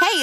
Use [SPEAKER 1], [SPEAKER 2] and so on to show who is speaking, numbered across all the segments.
[SPEAKER 1] Hey,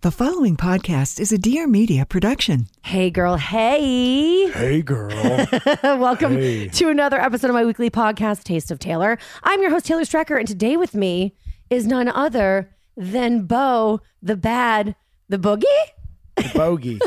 [SPEAKER 2] The following podcast is a Dear Media production.
[SPEAKER 3] Hey, girl. Hey.
[SPEAKER 4] Hey, girl.
[SPEAKER 3] Welcome
[SPEAKER 4] Hey.
[SPEAKER 3] to another episode of my weekly podcast, Taste of Taylor. I'm your host, Taylor Strecker, and today with me is none other than Bo, the bad, the boogie.
[SPEAKER 4] the bogey.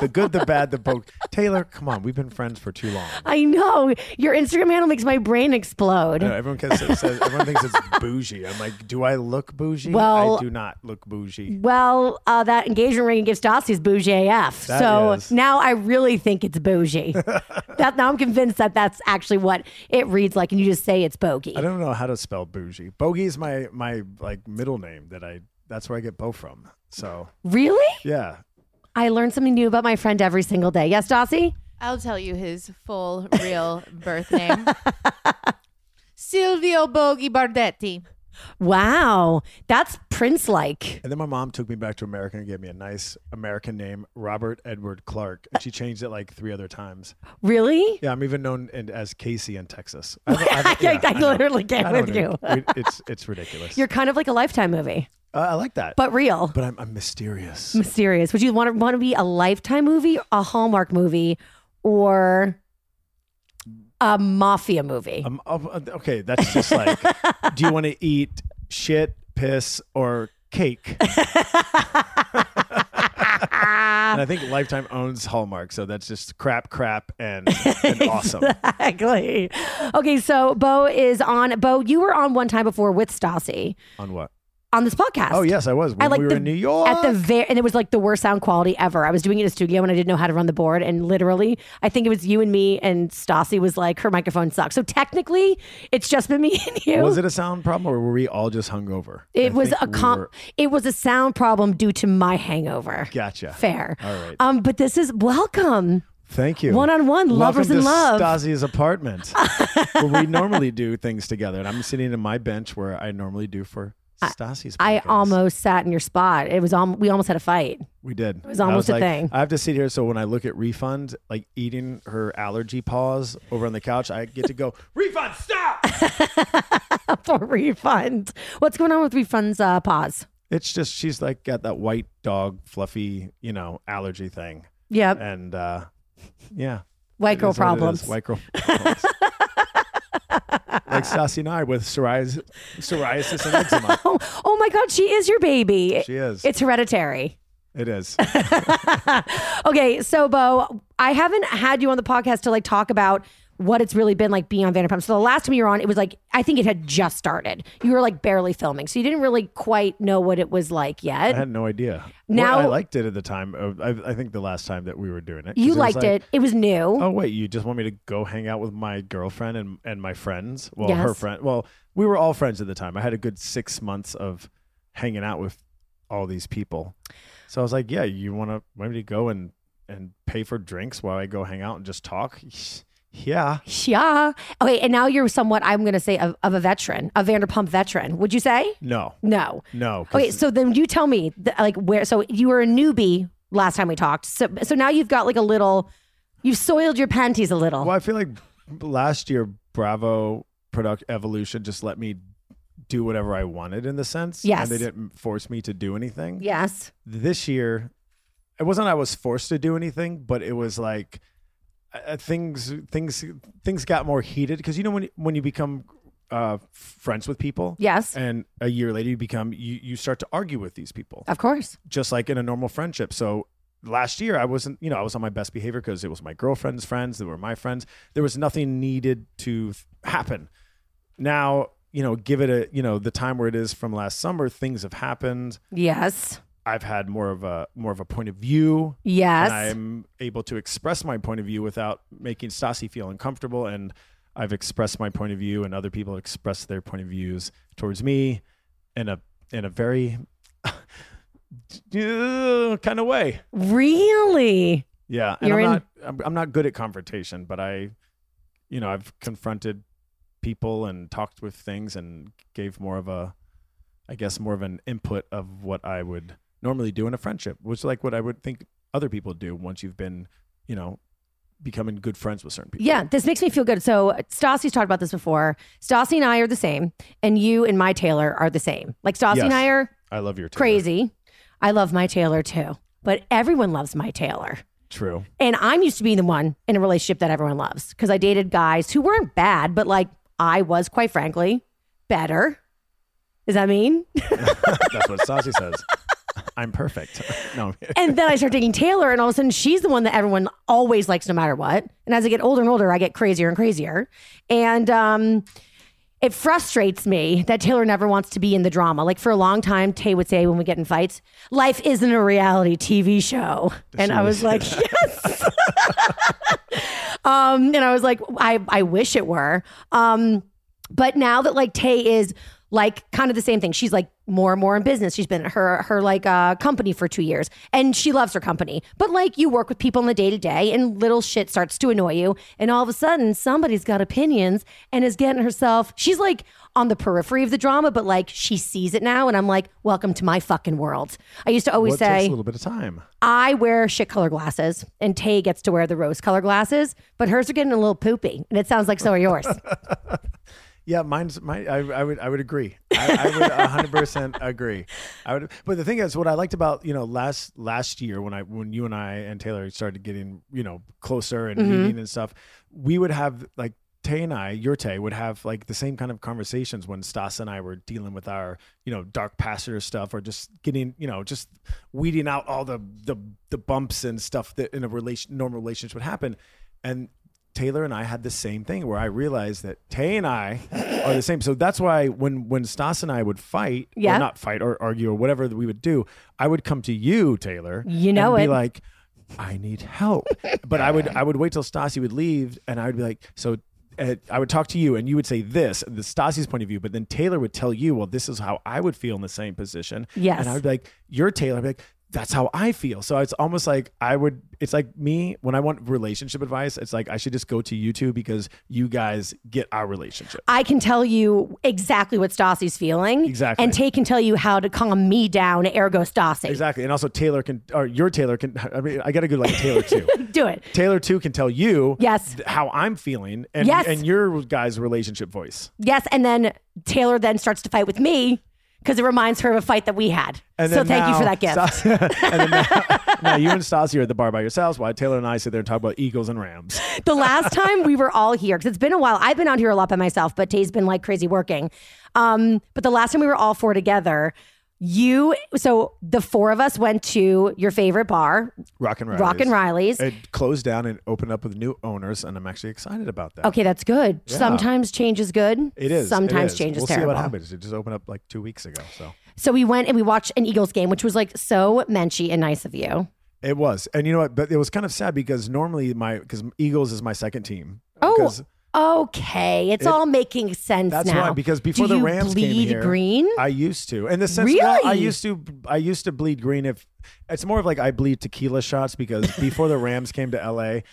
[SPEAKER 4] The good, the bad, the bogey. Taylor, come on. We've been friends for too long.
[SPEAKER 3] I know your Instagram handle makes my brain explode.
[SPEAKER 4] I know, everyone can- says, says- everyone thinks it's bougie. I'm like, do I look bougie?
[SPEAKER 3] Well-
[SPEAKER 4] I do not look bougie.
[SPEAKER 3] Well, uh, that engagement ring gives Stassi is bougie AF.
[SPEAKER 4] That
[SPEAKER 3] so
[SPEAKER 4] is.
[SPEAKER 3] now I really think it's bougie. that, now I'm convinced that that's actually what it reads like, and you just say it's bogey.
[SPEAKER 4] I don't know how to spell bougie. Bogey is my my like middle name that I. That's where I get Bo from. So
[SPEAKER 3] Really?
[SPEAKER 4] yeah,
[SPEAKER 3] I learn something new about my friend every single day. Yes, Stassi?
[SPEAKER 5] I'll tell you his full real birth name. Silvio Bogey Bardetti.
[SPEAKER 3] Wow, that's Prince like.
[SPEAKER 4] and then my mom took me back to America and gave me a nice American name, Robert Edward Clark, and she changed it like three other times.
[SPEAKER 3] Really?
[SPEAKER 4] Yeah, I'm even known in, as Casey in Texas. I,
[SPEAKER 3] I,
[SPEAKER 4] yeah,
[SPEAKER 3] I
[SPEAKER 4] I know.
[SPEAKER 3] literally get
[SPEAKER 4] I don't
[SPEAKER 3] with
[SPEAKER 4] know.
[SPEAKER 3] you.
[SPEAKER 4] We- It's it's ridiculous.
[SPEAKER 3] You're kind of like a lifetime movie,
[SPEAKER 4] Uh, I like that.
[SPEAKER 3] but real,
[SPEAKER 4] but I'm, I'm mysterious.
[SPEAKER 3] mysterious. Would you want to want to be a lifetime movie, a Hallmark movie, or a mafia movie?
[SPEAKER 4] I'm, I'm- okay, that's just like, do you want to eat shit, piss, or cake? and I think Lifetime owns Hallmark, so that's just crap, crap, and, and awesome.
[SPEAKER 3] Exactly. Okay, so Bo is on. Bo, you were on one time before with Stassi
[SPEAKER 4] On what?
[SPEAKER 3] on this podcast.
[SPEAKER 4] Oh yes, I was when
[SPEAKER 3] like
[SPEAKER 4] we were
[SPEAKER 3] the-
[SPEAKER 4] in New York.
[SPEAKER 3] at the very and it was like the worst sound quality ever. I was doing it in a studio and I didn't know how to run the board and literally I think it was you and me and Stassi was like her microphone sucks. So technically it's just been me and you.
[SPEAKER 4] was it a sound problem, or were we all just hungover?
[SPEAKER 3] It
[SPEAKER 4] I
[SPEAKER 3] was
[SPEAKER 4] think
[SPEAKER 3] a
[SPEAKER 4] we
[SPEAKER 3] com-
[SPEAKER 4] were-
[SPEAKER 3] it was a sound problem due to my hangover.
[SPEAKER 4] gotcha.
[SPEAKER 3] Fair.
[SPEAKER 4] All right.
[SPEAKER 3] Um but this is welcome.
[SPEAKER 4] Thank you.
[SPEAKER 3] One-on-one,
[SPEAKER 4] Welcome
[SPEAKER 3] lovers
[SPEAKER 4] to
[SPEAKER 3] in love.
[SPEAKER 4] Stasi's apartment, where we normally do things together, and I'm sitting in my bench where I normally do for Stasi's.
[SPEAKER 3] I
[SPEAKER 4] podcast.
[SPEAKER 3] almost sat in your spot. It was al- we almost had a fight.
[SPEAKER 4] we did. It
[SPEAKER 3] was almost a
[SPEAKER 4] like,
[SPEAKER 3] thing.
[SPEAKER 4] I have to sit here so when I look at refund, like eating her allergy paws over on the couch, I get to go refund. Stop!
[SPEAKER 3] for refund. What's going on with refunds uh, pause?
[SPEAKER 4] It's just she's like got that white dog fluffy, you know, allergy thing,
[SPEAKER 3] Yep.
[SPEAKER 4] and uh yeah,
[SPEAKER 3] White
[SPEAKER 4] it
[SPEAKER 3] girl
[SPEAKER 4] is what it is.
[SPEAKER 3] problems.
[SPEAKER 4] White girl problems. like Stassi and I with psoriasis, psoriasis and eczema.
[SPEAKER 3] Oh, oh my God, she is your baby.
[SPEAKER 4] She is.
[SPEAKER 3] It's hereditary.
[SPEAKER 4] It is.
[SPEAKER 3] okay, so Bo, I haven't had you on the podcast to like talk about what it's really been like being on Vanderpump. So the last time you were on, it was like I think it had just started. You were like barely filming, so you didn't really quite know what it was like
[SPEAKER 4] I
[SPEAKER 3] yet.
[SPEAKER 4] had no idea.
[SPEAKER 3] Now-
[SPEAKER 4] Well, I liked it at the time. of- I, I think the last time that we were doing it. 'cause
[SPEAKER 3] you
[SPEAKER 4] was
[SPEAKER 3] liked
[SPEAKER 4] like,
[SPEAKER 3] it; it was new.
[SPEAKER 4] Oh wait, you just want me to go hang out with my girlfriend and, and my friends? Well, her
[SPEAKER 3] Yes.
[SPEAKER 4] friend. Well, we were all friends at the time. I had a good six months of hanging out with all these people. So I was like, yeah, you want to want me to go and and pay for drinks while I go hang out and just talk? Yeah.
[SPEAKER 3] Yeah. Okay, and now you're somewhat, I'm going to say, of, of a veteran, a Vanderpump veteran. Would you say?
[SPEAKER 4] No.
[SPEAKER 3] No.
[SPEAKER 4] No. 'cause
[SPEAKER 3] Okay, so then you tell me, th- like, where? So you were a newbie last time we talked. So, so now you've got like a little, you've soiled your panties a little.
[SPEAKER 4] Well, I feel like last year Bravo Product Evolution just let me do whatever I wanted in the sense.
[SPEAKER 3] Yes.
[SPEAKER 4] And they didn't force me to do anything.
[SPEAKER 3] Yes.
[SPEAKER 4] This year, it wasn't I was forced to do anything, but it was uh, like uh, things things things got more heated because you know when when you become uh, friends with people.
[SPEAKER 3] Yes.
[SPEAKER 4] And a year later, you become you, you start to argue with these people,
[SPEAKER 3] Of course.
[SPEAKER 4] just like in a normal friendship. So last year, I wasn't you know I was on my best behavior because it was my girlfriend's friends, they were my friends. There was nothing needed to th- happen. Now you know, give it a you know the time where it is from last summer. Things have happened.
[SPEAKER 3] Yes.
[SPEAKER 4] I've had more of a more of a point of view
[SPEAKER 3] Yes.
[SPEAKER 4] and I'm able to express my point of view without making Stassi feel uncomfortable. And I've expressed my point of view, and other people have expressed their point of views towards me in a in a very kind of way.
[SPEAKER 3] really?
[SPEAKER 4] Yeah, and
[SPEAKER 3] You're
[SPEAKER 4] I'm
[SPEAKER 3] in-
[SPEAKER 4] not I'm, I'm not good at confrontation, but I, you know, I've confronted people and talked with things and gave more of a, I guess, more of an input of what I would normally do in a friendship, which is like what I would think other people do once you've been, you know, becoming good friends with certain people.
[SPEAKER 3] Yeah, this makes me feel good. So Stassi's talked about this before. Stassi and I are the same, and you and my Taylor are the same. Like Stassi
[SPEAKER 4] Yes.
[SPEAKER 3] and I are
[SPEAKER 4] I love your Taylor.
[SPEAKER 3] crazy. I love my Taylor too, but everyone loves my Taylor.
[SPEAKER 4] True.
[SPEAKER 3] And I'm used to being the one in a relationship that everyone loves because I dated guys who weren't bad, but like I was, quite frankly, better. Does that mean?
[SPEAKER 4] That's what Stassi says. I'm perfect. No.
[SPEAKER 3] and then I start dating Taylor, and all of a sudden she's the one that everyone always likes no matter what. And as I get older and older, I get crazier and crazier. And um, it frustrates me that Taylor never wants to be in the drama. Like for a long time, Tay would say when we get in fights, life isn't a reality TV show. And I was like, yes. um, and I was like, I, I wish it were. Um, but now that like Tay is like kind of the same thing. She's like more and more in business. She's been at her her like uh company for two years and she loves her company. But like you work with people in the day to day and little shit starts to annoy you. And all of a sudden somebody's got opinions and is getting herself she's like on the periphery of the drama, but like she sees it now and I'm like, welcome to my fucking world. I used to always
[SPEAKER 4] What
[SPEAKER 3] say
[SPEAKER 4] takes a little bit of time.
[SPEAKER 3] I wear shit color glasses and Tay gets to wear the rose color glasses, but hers are getting a little poopy. And it sounds like so are yours.
[SPEAKER 4] Yeah, mine's my. I, I would I would agree. I, I would hundred percent agree. I would. But the thing is, what I liked about you know last last year when I when you and I and Taylor started getting you know closer and meeting and stuff, we would have like Tay and I, your Tay, would have like the same kind of conversations when Stas and I were dealing with our you know dark passenger stuff or just getting you know just weeding out all the the the bumps and stuff that in a relation normal relationship would happen, and Taylor and I had the same thing where I realized that Tay and I are the same. So that's why when when Stas and I would fight,
[SPEAKER 3] Yeah.
[SPEAKER 4] or not fight or argue or whatever that we would do, I would come to you, Taylor.
[SPEAKER 3] You know
[SPEAKER 4] and
[SPEAKER 3] it.
[SPEAKER 4] Be like, I need help. but I would I would wait till Stassi would leave, and I would be like, so. Uh, I would talk to you, and you would say this, the Stassi's point of view, but then Taylor would tell you, "Well, this is how I would feel in the same position."
[SPEAKER 3] Yes.
[SPEAKER 4] and I would be like, "You're Taylor." I'd be like, "That's how I feel." So it's almost like I would. It's like me when I want relationship advice. It's like I should just go to you two because you guys get our relationship.
[SPEAKER 3] I can tell you exactly what Stassi's feeling.
[SPEAKER 4] Exactly.
[SPEAKER 3] And Tay can tell you how to calm me down, ergo Stassi.
[SPEAKER 4] Exactly, and also Taylor can, or your Taylor can. I mean, I got to go like Taylor too.
[SPEAKER 3] Do it.
[SPEAKER 4] Taylor too can tell you
[SPEAKER 3] Yes.
[SPEAKER 4] th- how I'm feeling and
[SPEAKER 3] Yes.
[SPEAKER 4] and your guys' relationship voice.
[SPEAKER 3] Yes. And then Taylor then starts to fight with me because it reminds her of a fight that we had.
[SPEAKER 4] And
[SPEAKER 3] so
[SPEAKER 4] then
[SPEAKER 3] thank you
[SPEAKER 4] now-
[SPEAKER 3] for that gift.
[SPEAKER 4] Stas- and then now, now you and Stassi are at the bar by yourselves while Taylor and I sit there and talk about Eagles and Rams.
[SPEAKER 3] the last time we were all here, because it's been a while. I've been out here a lot by myself, but Tay's been like crazy working. Um, but the last time we were all four together, you so the four of us went to your favorite bar,
[SPEAKER 4] Rock and Riley's.
[SPEAKER 3] Rock and Riley's.
[SPEAKER 4] It closed down and opened up with new owners, and I'm actually excited about that.
[SPEAKER 3] Okay, that's good. Sometimes change is good.
[SPEAKER 4] It is. it
[SPEAKER 3] Sometimes
[SPEAKER 4] is.
[SPEAKER 3] change is
[SPEAKER 4] we'll
[SPEAKER 3] terrible.
[SPEAKER 4] see what happens. It just opened up like two weeks ago, so
[SPEAKER 3] So we went and we watched an Eagles game, which was like so menschy and nice of you.
[SPEAKER 4] it was. And you know what? But it was kind of sad because normally my because Eagles is my second team.
[SPEAKER 3] Oh,
[SPEAKER 4] 'Cause
[SPEAKER 3] okay. It's all making sense
[SPEAKER 4] That's
[SPEAKER 3] now.
[SPEAKER 4] why, because before
[SPEAKER 3] Do
[SPEAKER 4] the
[SPEAKER 3] you
[SPEAKER 4] Rams
[SPEAKER 3] bleed
[SPEAKER 4] came here,
[SPEAKER 3] green.
[SPEAKER 4] I used to. In the sense, well, I
[SPEAKER 3] Really?
[SPEAKER 4] used to. I used to bleed green. If it's more of like I bleed tequila shots because before the Rams came to L.A.,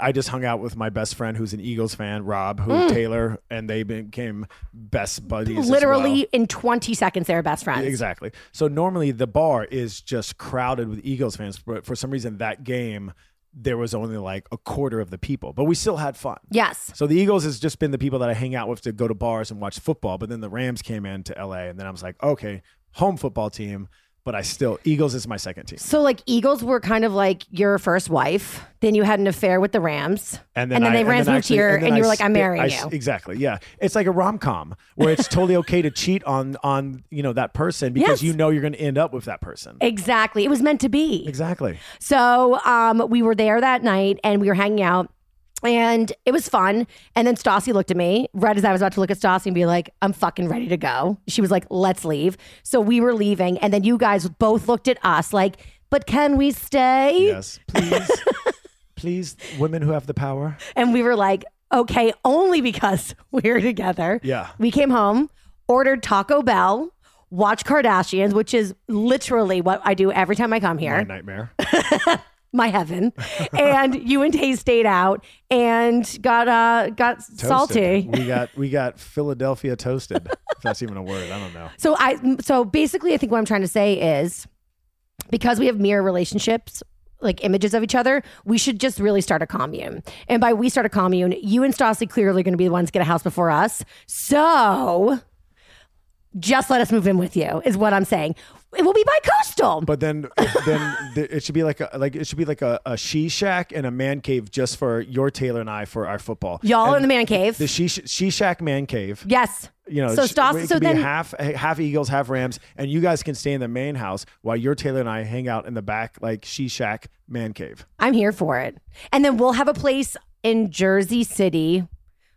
[SPEAKER 4] I just hung out with my best friend who's an Eagles fan, Rob, who
[SPEAKER 3] Mm.
[SPEAKER 4] Taylor, and they became best buddies. as
[SPEAKER 3] Literally
[SPEAKER 4] well.
[SPEAKER 3] in 20 seconds, they're best friends.
[SPEAKER 4] Exactly. So normally the bar is just crowded with Eagles fans, but for some reason that game there was only like a quarter of the people, but we still had fun.
[SPEAKER 3] Yes.
[SPEAKER 4] So the Eagles has just been the people that I hang out with to go to bars and watch football. But then the Rams came in to LA, and then I was like, okay, home football team. but I still Eagles is my second team.
[SPEAKER 3] So like Eagles were kind of like your first wife. Then you had an affair with the Rams.
[SPEAKER 4] And then,
[SPEAKER 3] and then
[SPEAKER 4] I,
[SPEAKER 3] they ran
[SPEAKER 4] then
[SPEAKER 3] through
[SPEAKER 4] actually-
[SPEAKER 3] here and,
[SPEAKER 4] then I
[SPEAKER 3] you were like, I'm
[SPEAKER 4] spit-
[SPEAKER 3] marrying
[SPEAKER 4] I
[SPEAKER 3] you.
[SPEAKER 4] s- Exactly. Yeah. It's like a rom com where it's totally okay to cheat on on you know that person
[SPEAKER 3] Yes.
[SPEAKER 4] because you know you're going to end up with that person.
[SPEAKER 3] exactly. It was meant to be.
[SPEAKER 4] Exactly.
[SPEAKER 3] So um, we were there that night and we were hanging out and it was fun. And then Stassi looked at me right as I was about to look at Stassi and be like, I'm fucking ready to go. She was like, let's leave. So we were leaving. And then you guys both looked at us like, but can we stay?
[SPEAKER 4] Yes. Please, please, women who have the power.
[SPEAKER 3] And we were like, okay, only because we're together.
[SPEAKER 4] Yeah.
[SPEAKER 3] We came home, ordered Taco Bell, watched Kardashians, which is literally what I do every time I come here.
[SPEAKER 4] My nightmare.
[SPEAKER 3] my heaven. and you and Tay stayed out and got uh got salty.
[SPEAKER 4] Toasted. We got we got Philadelphia toasted. if that's even a word, I don't know.
[SPEAKER 3] So I so basically I think what I'm trying to say is because we have mirror relationships like images of each other, we should just really start a commune. And by we start a commune, you and Stassi clearly are going to be the ones to get a house before us. So just let us move in with you is what I'm saying. It will be by coastal.
[SPEAKER 4] But then, then th- it should be like a like it should be like a, a she shack and a man cave just for your Taylor and I for our football.
[SPEAKER 3] Y'all
[SPEAKER 4] And
[SPEAKER 3] are in the man cave.
[SPEAKER 4] The she she shack man cave.
[SPEAKER 3] yes.
[SPEAKER 4] You know,
[SPEAKER 3] So
[SPEAKER 4] sh-
[SPEAKER 3] Stas-
[SPEAKER 4] it could
[SPEAKER 3] so
[SPEAKER 4] be
[SPEAKER 3] then-
[SPEAKER 4] half half Eagles, half Rams, and you guys can stay in the main house while your Taylor and I hang out in the back like she shack man cave.
[SPEAKER 3] I'm here for it. And then we'll have a place in Jersey City.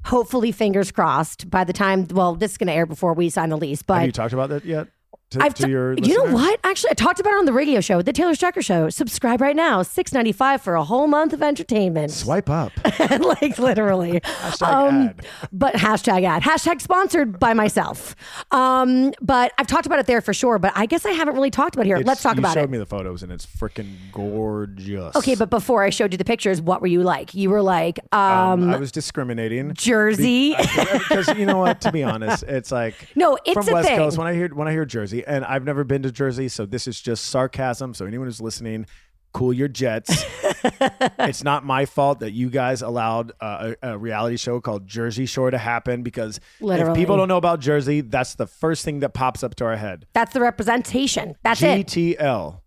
[SPEAKER 3] Hopefully, fingers crossed. By the time, well, this is going to air before we sign the lease,
[SPEAKER 4] have
[SPEAKER 3] but
[SPEAKER 4] you talked about that yet? To,
[SPEAKER 3] I've
[SPEAKER 4] to
[SPEAKER 3] t-
[SPEAKER 4] your
[SPEAKER 3] you know
[SPEAKER 4] listeners?
[SPEAKER 3] what? Actually, I talked about it on the radio show, the Taylor Strecker Show. Subscribe right now, six ninety five for a whole month of entertainment.
[SPEAKER 4] Swipe up.
[SPEAKER 3] like literally. Um,
[SPEAKER 4] Hashtag ad.
[SPEAKER 3] But hashtag ad. Hashtag sponsored by myself. Um, but I've talked about it there for sure. But I guess I haven't really talked about it here.
[SPEAKER 4] It's-
[SPEAKER 3] Let's talk
[SPEAKER 4] you
[SPEAKER 3] about
[SPEAKER 4] showed
[SPEAKER 3] it.
[SPEAKER 4] me the photos and it's freaking gorgeous.
[SPEAKER 3] Okay, but before I showed you the pictures, what were you like? You were like, um,
[SPEAKER 4] I was discriminating.
[SPEAKER 3] Jersey.
[SPEAKER 4] because you know what? To be honest, it's like
[SPEAKER 3] No, it's
[SPEAKER 4] from
[SPEAKER 3] a
[SPEAKER 4] West
[SPEAKER 3] thing.
[SPEAKER 4] Coast. When I hear when I hear Jersey, and I've never been to Jersey, so this is just sarcasm. So anyone who's listening, cool your jets. it's not my fault that you guys allowed uh, a, a reality show called Jersey Shore to happen because
[SPEAKER 3] Literally.
[SPEAKER 4] if people don't know about Jersey, that's the first thing that pops up to our head.
[SPEAKER 3] That's the representation. That's it.
[SPEAKER 4] GTL.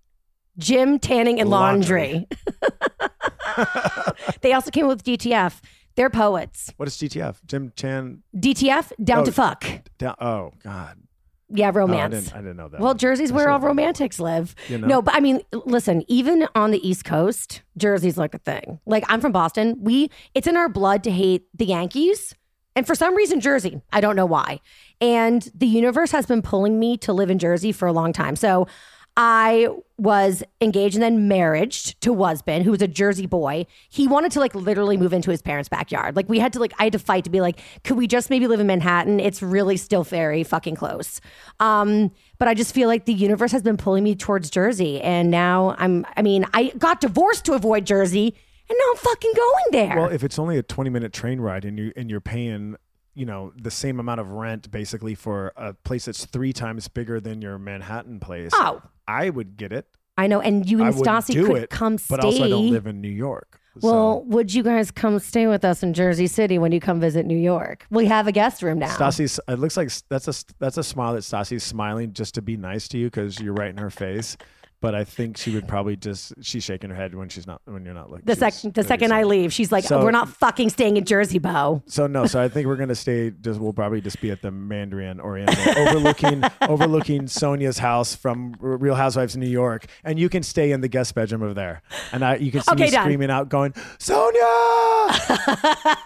[SPEAKER 3] Gym, tanning, and laundry.
[SPEAKER 4] Laundry.
[SPEAKER 3] they also came with DTF. They're poets.
[SPEAKER 4] What is GTF? Jim Chan.
[SPEAKER 3] DTF, down
[SPEAKER 4] Oh.
[SPEAKER 3] to fuck.
[SPEAKER 4] Down, oh God.
[SPEAKER 3] Yeah,
[SPEAKER 4] Oh, I,
[SPEAKER 3] romance.
[SPEAKER 4] didn't, I didn't know that.
[SPEAKER 3] well,
[SPEAKER 4] one.
[SPEAKER 3] Jersey's
[SPEAKER 4] I
[SPEAKER 3] where
[SPEAKER 4] should've
[SPEAKER 3] all
[SPEAKER 4] known that one.
[SPEAKER 3] romantics live.
[SPEAKER 4] You know?
[SPEAKER 3] No, but I mean, listen, even on the East Coast, Jersey's like a thing. Like I'm from Boston. We it's in our blood to hate the Yankees. And for some reason, Jersey. I don't know why. And the universe has been pulling me to live in Jersey for a long time. So I was engaged and then married to husband, who was a Jersey boy. He wanted to like literally move into his parents' backyard. Like we had to like I had to fight to be like, could we just maybe live in Manhattan? It's really still very fucking close. Um, but I just feel like the universe has been pulling me towards Jersey, and now I'm. I mean, I got divorced to avoid Jersey, and now I'm fucking going there.
[SPEAKER 4] Well, if it's only a 20 minute train ride and you and you're paying, you know, the same amount of rent basically for a place that's three times bigger than your Manhattan place.
[SPEAKER 3] Oh.
[SPEAKER 4] I would get it.
[SPEAKER 3] I know, and you and
[SPEAKER 4] I would
[SPEAKER 3] Stassi
[SPEAKER 4] do
[SPEAKER 3] could
[SPEAKER 4] it,
[SPEAKER 3] come stay.
[SPEAKER 4] but also I don't live in New York.
[SPEAKER 3] Well, would you guys come stay with us in Jersey City when you come visit New York? We have a guest room now.
[SPEAKER 4] so Stassi's. It looks like s- that's a that's a smile that Stassi's smiling just to be nice to you because you're right in her face. But I think she would probably just she's shaking her head when she's not when you're not looking.
[SPEAKER 3] the
[SPEAKER 4] She's
[SPEAKER 3] second the
[SPEAKER 4] really
[SPEAKER 3] second I
[SPEAKER 4] sad.
[SPEAKER 3] leave, she's like,
[SPEAKER 4] So-
[SPEAKER 3] "We're not fucking staying in Jersey, Bo."
[SPEAKER 4] So no, so I think we're gonna stay. Just we'll probably just be at the Mandarin Oriental, overlooking overlooking Sonia's house from R- Real Housewives of New York, and you can stay in the guest bedroom over there, and I, you can see
[SPEAKER 3] Okay,
[SPEAKER 4] me
[SPEAKER 3] done.
[SPEAKER 4] screaming out, going, "Sonia!"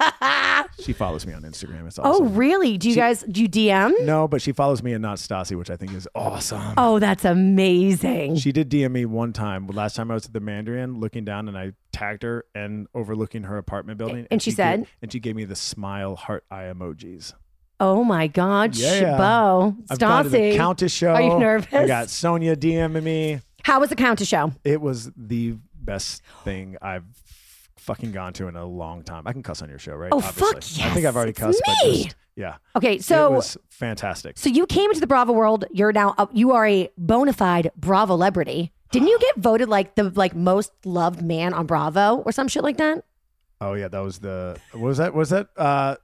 [SPEAKER 4] she follows me on Instagram. It's
[SPEAKER 3] Oh,
[SPEAKER 4] awesome.
[SPEAKER 3] really? Do you guys do you DM?
[SPEAKER 4] No, but she follows me and not Stassi, which I think is awesome.
[SPEAKER 3] Oh, that's amazing.
[SPEAKER 4] She did DM me one time. Last time I was at the Mandarin, looking down, and I tagged her and overlooking her apartment building.
[SPEAKER 3] And she
[SPEAKER 4] gave-
[SPEAKER 3] said?
[SPEAKER 4] and she gave me the smile heart eye emojis.
[SPEAKER 3] oh my God,
[SPEAKER 4] Yeah.
[SPEAKER 3] Bo,
[SPEAKER 4] I've gone to the
[SPEAKER 3] Stassi.
[SPEAKER 4] Countess show.
[SPEAKER 3] Are you nervous?
[SPEAKER 4] I got Sonia DMing me.
[SPEAKER 3] How was the Countess show?
[SPEAKER 4] It was the best thing I've fucking gone to in a long time. I can cuss on your show, right?
[SPEAKER 3] Oh, fuck
[SPEAKER 4] I think
[SPEAKER 3] yes.
[SPEAKER 4] I've already
[SPEAKER 3] It's
[SPEAKER 4] cussed. But
[SPEAKER 3] me.
[SPEAKER 4] just, yeah.
[SPEAKER 3] Okay, so
[SPEAKER 4] it was fantastic.
[SPEAKER 3] so you came into the Bravo world. You're now a, you are a bona fide Bravo celebrity. Didn't you get voted like the like most loved man on Bravo or some shit like that?
[SPEAKER 4] Oh yeah, that was the what was that? What was that? Uh,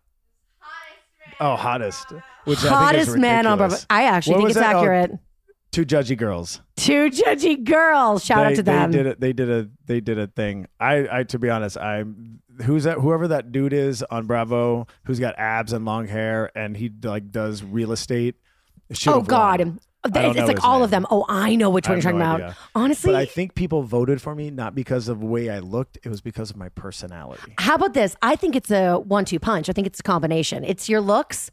[SPEAKER 4] oh, hottest. Which I think is
[SPEAKER 3] Hottest man on Bravo.
[SPEAKER 4] ridiculous.
[SPEAKER 3] I actually
[SPEAKER 4] What
[SPEAKER 3] think
[SPEAKER 4] was
[SPEAKER 3] it's
[SPEAKER 4] that? Oh,
[SPEAKER 3] accurate.
[SPEAKER 4] Two judgy girls.
[SPEAKER 3] Two judgy girls. Shout
[SPEAKER 4] they,
[SPEAKER 3] out to
[SPEAKER 4] they
[SPEAKER 3] them.
[SPEAKER 4] Did a, they did a they did a thing. I, I to be honest, I who's that whoever that dude is on Bravo who's got abs and long hair and he like does real estate. Should've
[SPEAKER 3] Oh
[SPEAKER 4] won.
[SPEAKER 3] God,
[SPEAKER 4] don't
[SPEAKER 3] it's, it's
[SPEAKER 4] know
[SPEAKER 3] like
[SPEAKER 4] his
[SPEAKER 3] all of
[SPEAKER 4] name.
[SPEAKER 3] them. Oh, I know which
[SPEAKER 4] I
[SPEAKER 3] one you're talking
[SPEAKER 4] have no
[SPEAKER 3] about.
[SPEAKER 4] idea.
[SPEAKER 3] Honestly,
[SPEAKER 4] But I think people voted for me not because of the way I looked, it was because of my personality.
[SPEAKER 3] how about this? I think it's a one-two punch. I think it's a combination. It's your looks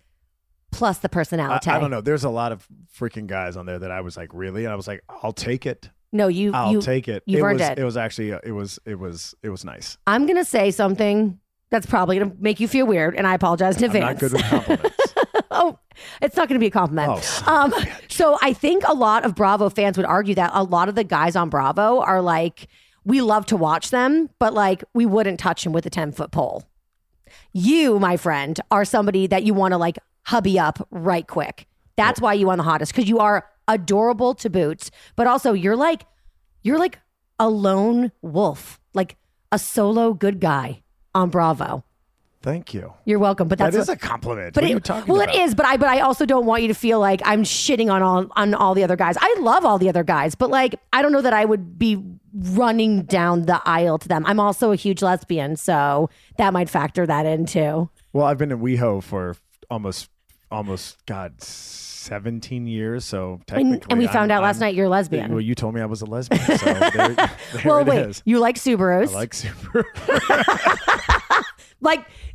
[SPEAKER 3] plus the
[SPEAKER 4] I,
[SPEAKER 3] personality.
[SPEAKER 4] I don't know. There's a lot of freaking guys on there that I was like, really? And I was like, I'll take it.
[SPEAKER 3] No, you.
[SPEAKER 4] I'll
[SPEAKER 3] you
[SPEAKER 4] take it.
[SPEAKER 3] you've
[SPEAKER 4] it
[SPEAKER 3] earned
[SPEAKER 4] was
[SPEAKER 3] it.
[SPEAKER 4] it was actually uh, it was it was it was nice.
[SPEAKER 3] I'm gonna say something that's probably gonna make you feel weird, and I apologize in
[SPEAKER 4] I'm
[SPEAKER 3] advance.
[SPEAKER 4] not good with compliments.
[SPEAKER 3] oh, it's not going to be a compliment.
[SPEAKER 4] Oh,
[SPEAKER 3] um, so I think a lot of Bravo fans would argue that a lot of the guys on Bravo are like, we love to watch them, but like we wouldn't touch him with a 10 foot pole. You, my friend, are somebody that you want to like hubby up right quick. That's why you on the hottest because you are adorable to boots, but also you're like, you're like a lone wolf, like a solo good guy on Bravo.
[SPEAKER 4] Thank you.
[SPEAKER 3] You're welcome, but that's
[SPEAKER 4] That
[SPEAKER 3] what-
[SPEAKER 4] is a compliment.
[SPEAKER 3] but
[SPEAKER 4] what
[SPEAKER 3] it,
[SPEAKER 4] are you talking
[SPEAKER 3] well,
[SPEAKER 4] about?
[SPEAKER 3] it is. But I, but I also don't want you to feel like I'm shitting on all on all the other guys. I love all the other guys, but like I don't know that I would be running down the aisle to them. I'm also a huge lesbian, so that might factor that in too.
[SPEAKER 4] Well, I've been in WeHo for almost almost God seventeen years. So technically,
[SPEAKER 3] And, and we found
[SPEAKER 4] I'm-
[SPEAKER 3] out last
[SPEAKER 4] I'm-
[SPEAKER 3] night you're a lesbian.
[SPEAKER 4] Well, you told me I was a lesbian. So there, there
[SPEAKER 3] well,
[SPEAKER 4] it
[SPEAKER 3] wait,
[SPEAKER 4] is.
[SPEAKER 3] you like
[SPEAKER 4] I
[SPEAKER 3] Subarus? Like,
[SPEAKER 4] like super.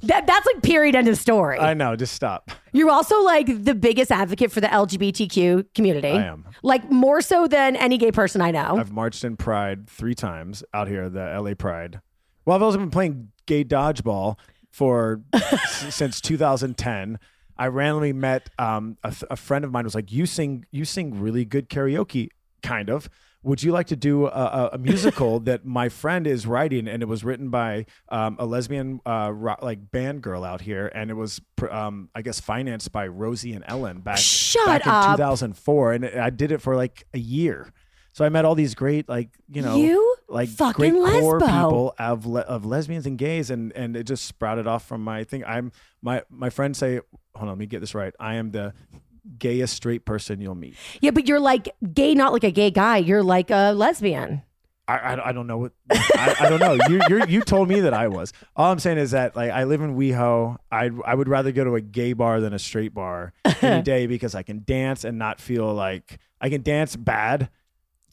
[SPEAKER 3] that. That's like period end of story.
[SPEAKER 4] I know. Just stop.
[SPEAKER 3] You're also like the biggest advocate for the LGBTQ community.
[SPEAKER 4] I am.
[SPEAKER 3] Like more so than any gay person I know.
[SPEAKER 4] I've marched in Pride three times out here, the LA Pride. Well, I've also been playing gay dodgeball for s- since 2010. I randomly met um, a, th- a friend of mine was like, "You sing, you sing really good karaoke, kind of. Would you like to do a, a, a musical that my friend is writing, and it was written by um, a lesbian uh, ro- like band girl out here, and it was pr- um, I guess financed by Rosie and Ellen back
[SPEAKER 3] Shut
[SPEAKER 4] back
[SPEAKER 3] up.
[SPEAKER 4] in 2004, and I did it for like a year." So I met all these great, like you know,
[SPEAKER 3] You
[SPEAKER 4] like
[SPEAKER 3] fucking
[SPEAKER 4] great core
[SPEAKER 3] lesbo.
[SPEAKER 4] people of le- of lesbians and gays, and and it just sprouted off from my thing. I'm my my friends say, hold on, let me get this right. I am the gayest straight person you'll meet.
[SPEAKER 3] yeah, but you're like gay, not like a gay guy. You're like a lesbian.
[SPEAKER 4] I, I, I don't know what I, I don't know. You you you told me that I was. All I'm saying is that like I live in WeHo. I I would rather go to a gay bar than a straight bar any day because I can dance and not feel like I can dance bad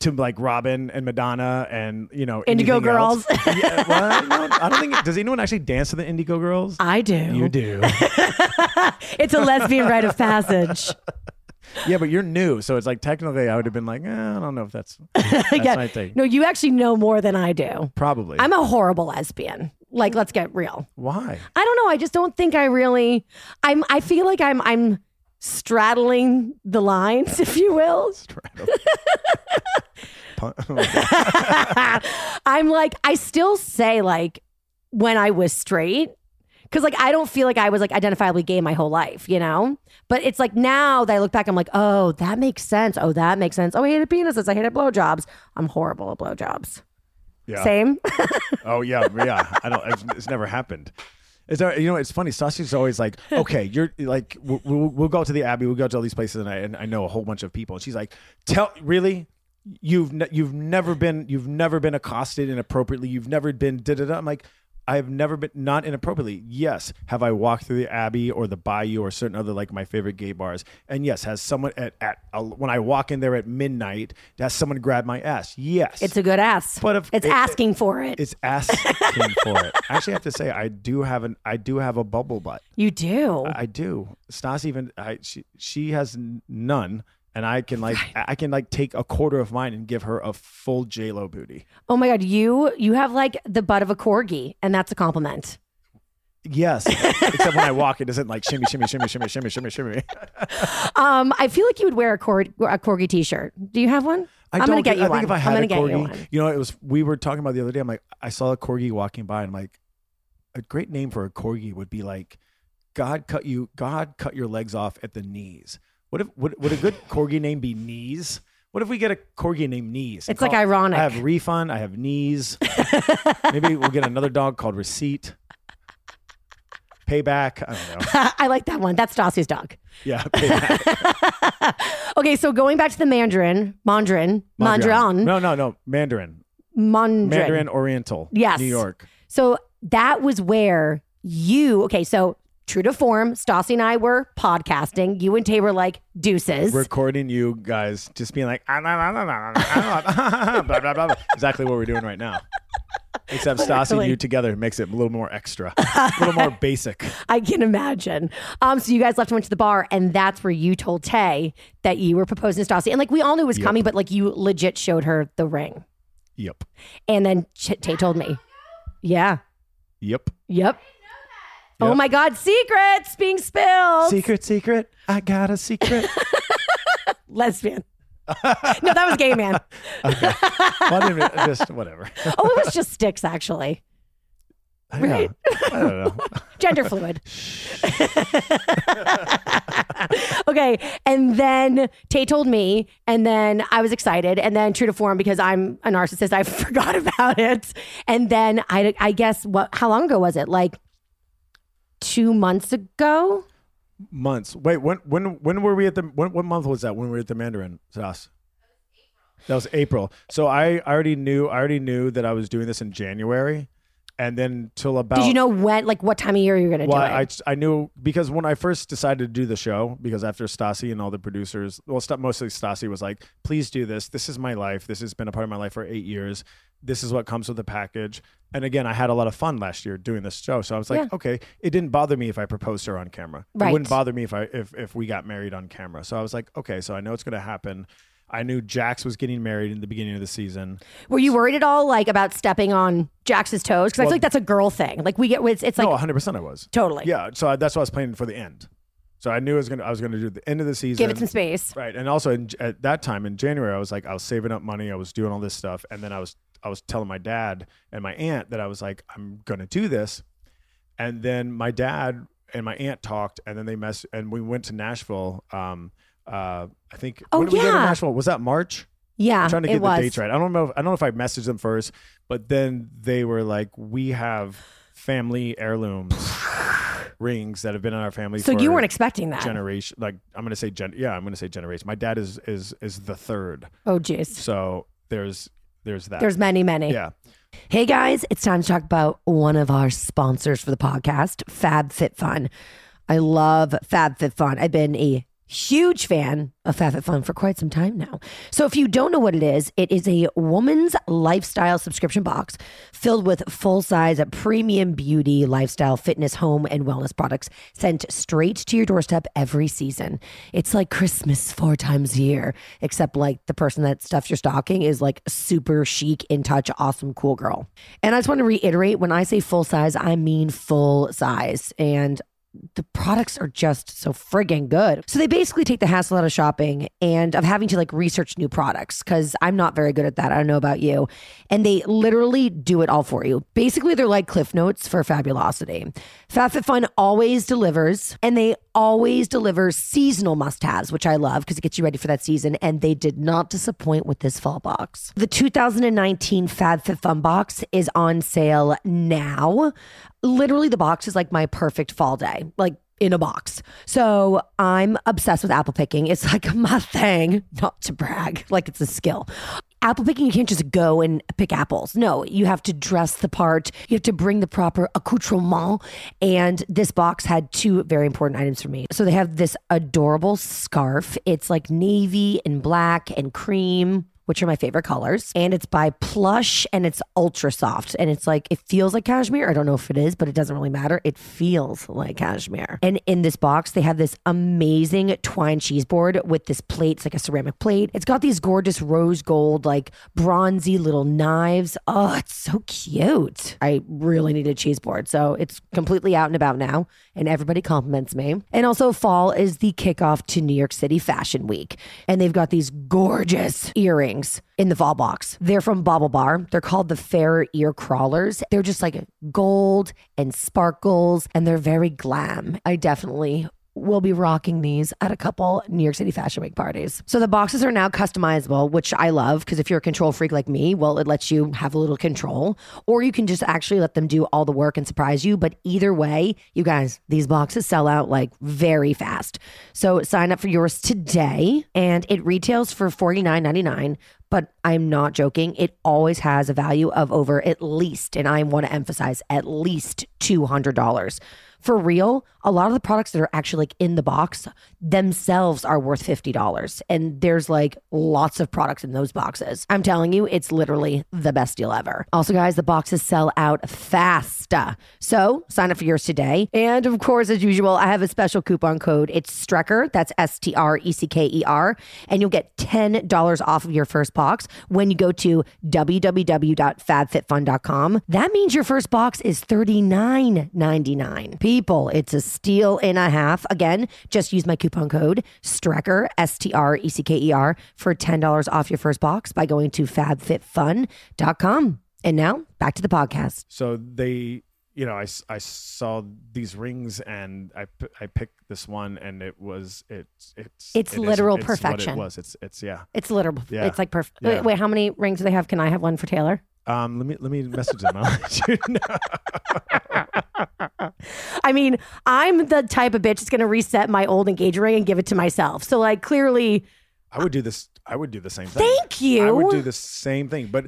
[SPEAKER 4] to like Robin and Madonna and you know
[SPEAKER 3] Indigo
[SPEAKER 4] anything else.
[SPEAKER 3] Girls.
[SPEAKER 4] yeah, well, I, don't, I don't think does anyone actually dance to the Indigo Girls?
[SPEAKER 3] I do.
[SPEAKER 4] you do.
[SPEAKER 3] it's a lesbian rite of passage.
[SPEAKER 4] yeah, but you're new, so it's like technically I would have been like, eh, I don't know if that's that's
[SPEAKER 3] Yeah.
[SPEAKER 4] my thing.
[SPEAKER 3] No, you actually know more than I do.
[SPEAKER 4] Probably.
[SPEAKER 3] I'm a horrible lesbian. Like, let's get real.
[SPEAKER 4] Why?
[SPEAKER 3] I don't know. I just don't think I really. I'm. I feel like I'm. I'm straddling the lines, if you will.
[SPEAKER 4] Pun-
[SPEAKER 3] I'm like, I still say like when I was straight. Cause like I don't feel like I was like identifiably gay my whole life, you know? But it's like now that I look back, I'm like, oh, that makes sense. Oh, that makes sense. Oh, I hated penises. I hated blowjobs. I'm horrible at blowjobs.
[SPEAKER 4] Yeah.
[SPEAKER 3] Same.
[SPEAKER 4] Oh yeah, yeah. I don't. It's, it's never happened. It's not- you know, it's funny. Sausage's always like, okay, you're like, we'll, we'll, we'll go to the Abbey, we'll go to all these places, and I and I know a whole bunch of people. And she's like, tell really. You've ne- you've never been you've never been accosted inappropriately. You've never been da da da. I'm like, I have never been not inappropriately. Yes, have I walked through the Abbey or the Bayou or certain other like my favorite gay bars? And yes, has someone at, at when I walk in there at midnight, has someone grabbed my ass? Yes,
[SPEAKER 3] it's a good ass.
[SPEAKER 4] But if-
[SPEAKER 3] it's
[SPEAKER 4] it-
[SPEAKER 3] asking for it.
[SPEAKER 4] it's asking for it. I actually have to say I do have an I do have a bubble butt.
[SPEAKER 3] you do.
[SPEAKER 4] I do. Stas even I she she has n- none, and I can like I can like take a quarter of mine and give her a full J Lo booty.
[SPEAKER 3] oh my god, you you have like the butt of a corgi, and that's a compliment.
[SPEAKER 4] Yes, except when I walk, it doesn't like shimmy shimmy shimmy shimmy shimmy shimmy shimmy.
[SPEAKER 3] Um, I feel like you would wear a, cor- a corgi t-shirt. Do you have one?
[SPEAKER 4] I
[SPEAKER 3] am gonna
[SPEAKER 4] don't
[SPEAKER 3] get you
[SPEAKER 4] I
[SPEAKER 3] one.
[SPEAKER 4] think if I
[SPEAKER 3] I'm
[SPEAKER 4] had
[SPEAKER 3] gonna
[SPEAKER 4] a
[SPEAKER 3] get
[SPEAKER 4] corgi,
[SPEAKER 3] you one.
[SPEAKER 4] know, it was we were talking about the other day. I'm like, I saw a corgi walking by, and I'm like, a great name for a corgi would be like, God cut you, God cut your legs off at the knees. What if would, would a good corgi name be knees? What if we get a corgi named knees? and
[SPEAKER 3] It's like ironic.
[SPEAKER 4] I have refund. I have knees. Maybe we'll get another dog called receipt. Payback. I don't know.
[SPEAKER 3] I like that one. That's Stassi's dog.
[SPEAKER 4] Yeah. Payback.
[SPEAKER 3] okay, so going back to the Mandarin, Mandarin, Mandarin,
[SPEAKER 4] No, no, no. Mandarin.
[SPEAKER 3] Mandarin.
[SPEAKER 4] Mandarin Oriental.
[SPEAKER 3] Yes.
[SPEAKER 4] New York.
[SPEAKER 3] So that was where you, okay, so true to form, Stassi and I were podcasting. You and Tay were like deuces.
[SPEAKER 4] Recording you guys just being like, ah, nah, nah, nah, nah, nah, nah, nah, blah, blah, blah, blah. Exactly what we're doing right now. Except Stassi and
[SPEAKER 3] Literally.
[SPEAKER 4] you together makes it a little more extra, a little more basic.
[SPEAKER 3] I can imagine. Um, so you guys left and went to the bar, and that's where you told Tay that you were proposing to Stassi. And like we all knew it was
[SPEAKER 4] Yep.
[SPEAKER 3] coming, but like you legit showed her the ring.
[SPEAKER 4] Yep.
[SPEAKER 3] And then Ch- Tay told me. Yeah.
[SPEAKER 4] Yep.
[SPEAKER 3] Yep. Oh
[SPEAKER 4] Yep.
[SPEAKER 3] my God, secrets being spilled.
[SPEAKER 4] Secret, secret. I got a secret.
[SPEAKER 3] Lesbian. no, that was gay man.
[SPEAKER 4] Well, I didn't- just whatever.
[SPEAKER 3] Oh, it was just sticks, actually.
[SPEAKER 4] I don't know. I don't know.
[SPEAKER 3] Gender fluid. okay. And then Tay told me, and then I was excited. And then, true to form, because I'm a narcissist, I forgot about it. And then I, I guess, what? how long ago was it? Like two months ago?
[SPEAKER 4] Months. Wait, when when when were we at the when, what month was that when we were at the Mandarin Sauce? That was April. So I already knew I already knew that I was doing this in January and then till about
[SPEAKER 3] Did you know when, like, what time of year you were going to
[SPEAKER 4] well,
[SPEAKER 3] do it?
[SPEAKER 4] I, I knew because when I first decided to do the show, because after Stassi and all the producers, well, st- mostly Stassi was like, please do this. This is my life. This has been a part of my life for eight years. This is what comes with the package. And again, I had a lot of fun last year doing this show. So I was like, okay, it didn't bother me if I proposed to her on camera.
[SPEAKER 3] Right.
[SPEAKER 4] It wouldn't bother me if I if, if we got married on camera. So I was like, okay, so I know it's gonna happen. I knew Jax was getting married in the beginning of the season.
[SPEAKER 3] were you worried at all, like, about stepping on Jax's toes? Because I
[SPEAKER 4] Well-
[SPEAKER 3] feel like that's a girl thing. Like, we get, it's, it's like,
[SPEAKER 4] no, 100 percent I was.
[SPEAKER 3] totally.
[SPEAKER 4] Yeah. So I, that's what I was planning for the end. So I knew I was gonna I was gonna do the end of the season.
[SPEAKER 3] Give it some space.
[SPEAKER 4] Right, and also in, at that time in January, I was like, I was saving up money, I was doing all this stuff, and then I was, I was telling my dad and my aunt that I was like, I'm gonna do this, and then my dad and my aunt talked, and then they mess, and we went to Nashville. Um, uh, I think
[SPEAKER 3] Oh,
[SPEAKER 4] when did we go to
[SPEAKER 3] yeah.
[SPEAKER 4] Nashville? Was that March?
[SPEAKER 3] Yeah.
[SPEAKER 4] I'm trying to
[SPEAKER 3] it
[SPEAKER 4] get the
[SPEAKER 3] was.
[SPEAKER 4] dates right. I don't know. If, I don't know if I messaged them first, but then they were like, "We have family heirlooms rings that have been in our family."
[SPEAKER 3] So
[SPEAKER 4] for
[SPEAKER 3] you weren't expecting that.
[SPEAKER 4] generation like i'm gonna say gen yeah i'm gonna say generation my dad is is is the third
[SPEAKER 3] oh, jeez.
[SPEAKER 4] so there's there's that
[SPEAKER 3] There's many, many.
[SPEAKER 4] yeah
[SPEAKER 3] Hey guys, it's time to talk about one of our sponsors for the podcast, FabFitFun. I love FabFitFun. I've been a huge fan of FabFitFun for quite some time now. So if you don't know what it is, it is a woman's lifestyle subscription box filled with full-size premium beauty, lifestyle, fitness, home, and wellness products sent straight to your doorstep every season. It's like Christmas four times a year, except like the person that stuffs your stocking is like super chic, in touch, awesome, cool girl. And I just want to reiterate when I say full size, I mean full size. And the products are just so friggin' good. So they basically take the hassle out of shopping and of having to like research new products because I'm not very good at that. I don't know about you. And they literally do it all for you. Basically, they're like cliff notes for fabulosity. FabFitFun always delivers and they always deliver seasonal must haves, which I love because it gets you ready for that season. And they did not disappoint with this fall box. The 2019 FabFitFun box is on sale now literally the box is like my perfect fall day like in a box. So I'm obsessed with apple picking. It's like my thing, not to brag, like it's a skill. Apple picking, you can't just go and pick apples. No, you have to dress the part. You have to bring the proper accoutrement. And this box had two very important items for me. So they have this adorable scarf. It's like navy and black and cream which are my favorite colors. And it's by Plush and it's ultra soft. And it's like, it feels like cashmere. I don't know if it is, but it doesn't really matter. It feels like cashmere. And in this box, they have this amazing twine cheese board with this plate. It's like a ceramic plate. It's got these gorgeous rose gold, like bronzy little knives. Oh, it's so cute. I really need a cheese board. So it's completely out and about now. And everybody compliments me. And also, fall is the kickoff to New York City Fashion Week. And they've got these gorgeous earrings in the fall box. They're from Bobble Bar. They're called the Fair Ear Crawlers. They're just like gold and sparkles and they're very glam. I definitely will be rocking these at a couple New York City Fashion Week parties. So the boxes are now customizable, which I love because if you're a control freak like me, well, it lets you have a little control, or you can just actually let them do all the work and surprise you. But either way, you guys, these boxes sell out like very fast. So sign up for yours today, and it retails for $49.99. But I'm not joking. It always has a value of over at least, and I want to emphasize at least $200 for real, a lot of the products that are actually like in the box themselves are worth $50. And there's like lots of products in those boxes. I'm telling you, it's literally the best deal ever. Also, guys, the boxes sell out fast. So sign up for yours today. And of course, as usual, I have a special coupon code. It's Strecker. That's S T R E C K E R. And you'll get $10 off of your first box when you go to www.fabfitfun.com. That means your first box is $39.99. People, it's a steal and a half. Again, just use my coupon code STRECKER, S T R E C K E R, for $10 off your first box by going to fabfitfun.com. And now back to the podcast.
[SPEAKER 4] So they, you know, I, s- I saw these rings and I, p- I picked this one and it was it, it's
[SPEAKER 3] It's
[SPEAKER 4] it is-
[SPEAKER 3] literal
[SPEAKER 4] it's
[SPEAKER 3] perfection.
[SPEAKER 4] What it was it's it's yeah.
[SPEAKER 3] It's literal.
[SPEAKER 4] Yeah.
[SPEAKER 3] It's like perfect.
[SPEAKER 4] Yeah.
[SPEAKER 3] Wait, wait, how many rings do they have? Can I have one for Taylor?
[SPEAKER 4] Um, let me let me message them. I'll let you know.
[SPEAKER 3] I mean, I'm the type of bitch that's going to reset my old engagement ring and give it to myself. So, like, clearly,
[SPEAKER 4] I would do this. I would do the same thing.
[SPEAKER 3] thank you.
[SPEAKER 4] I would do the same thing, but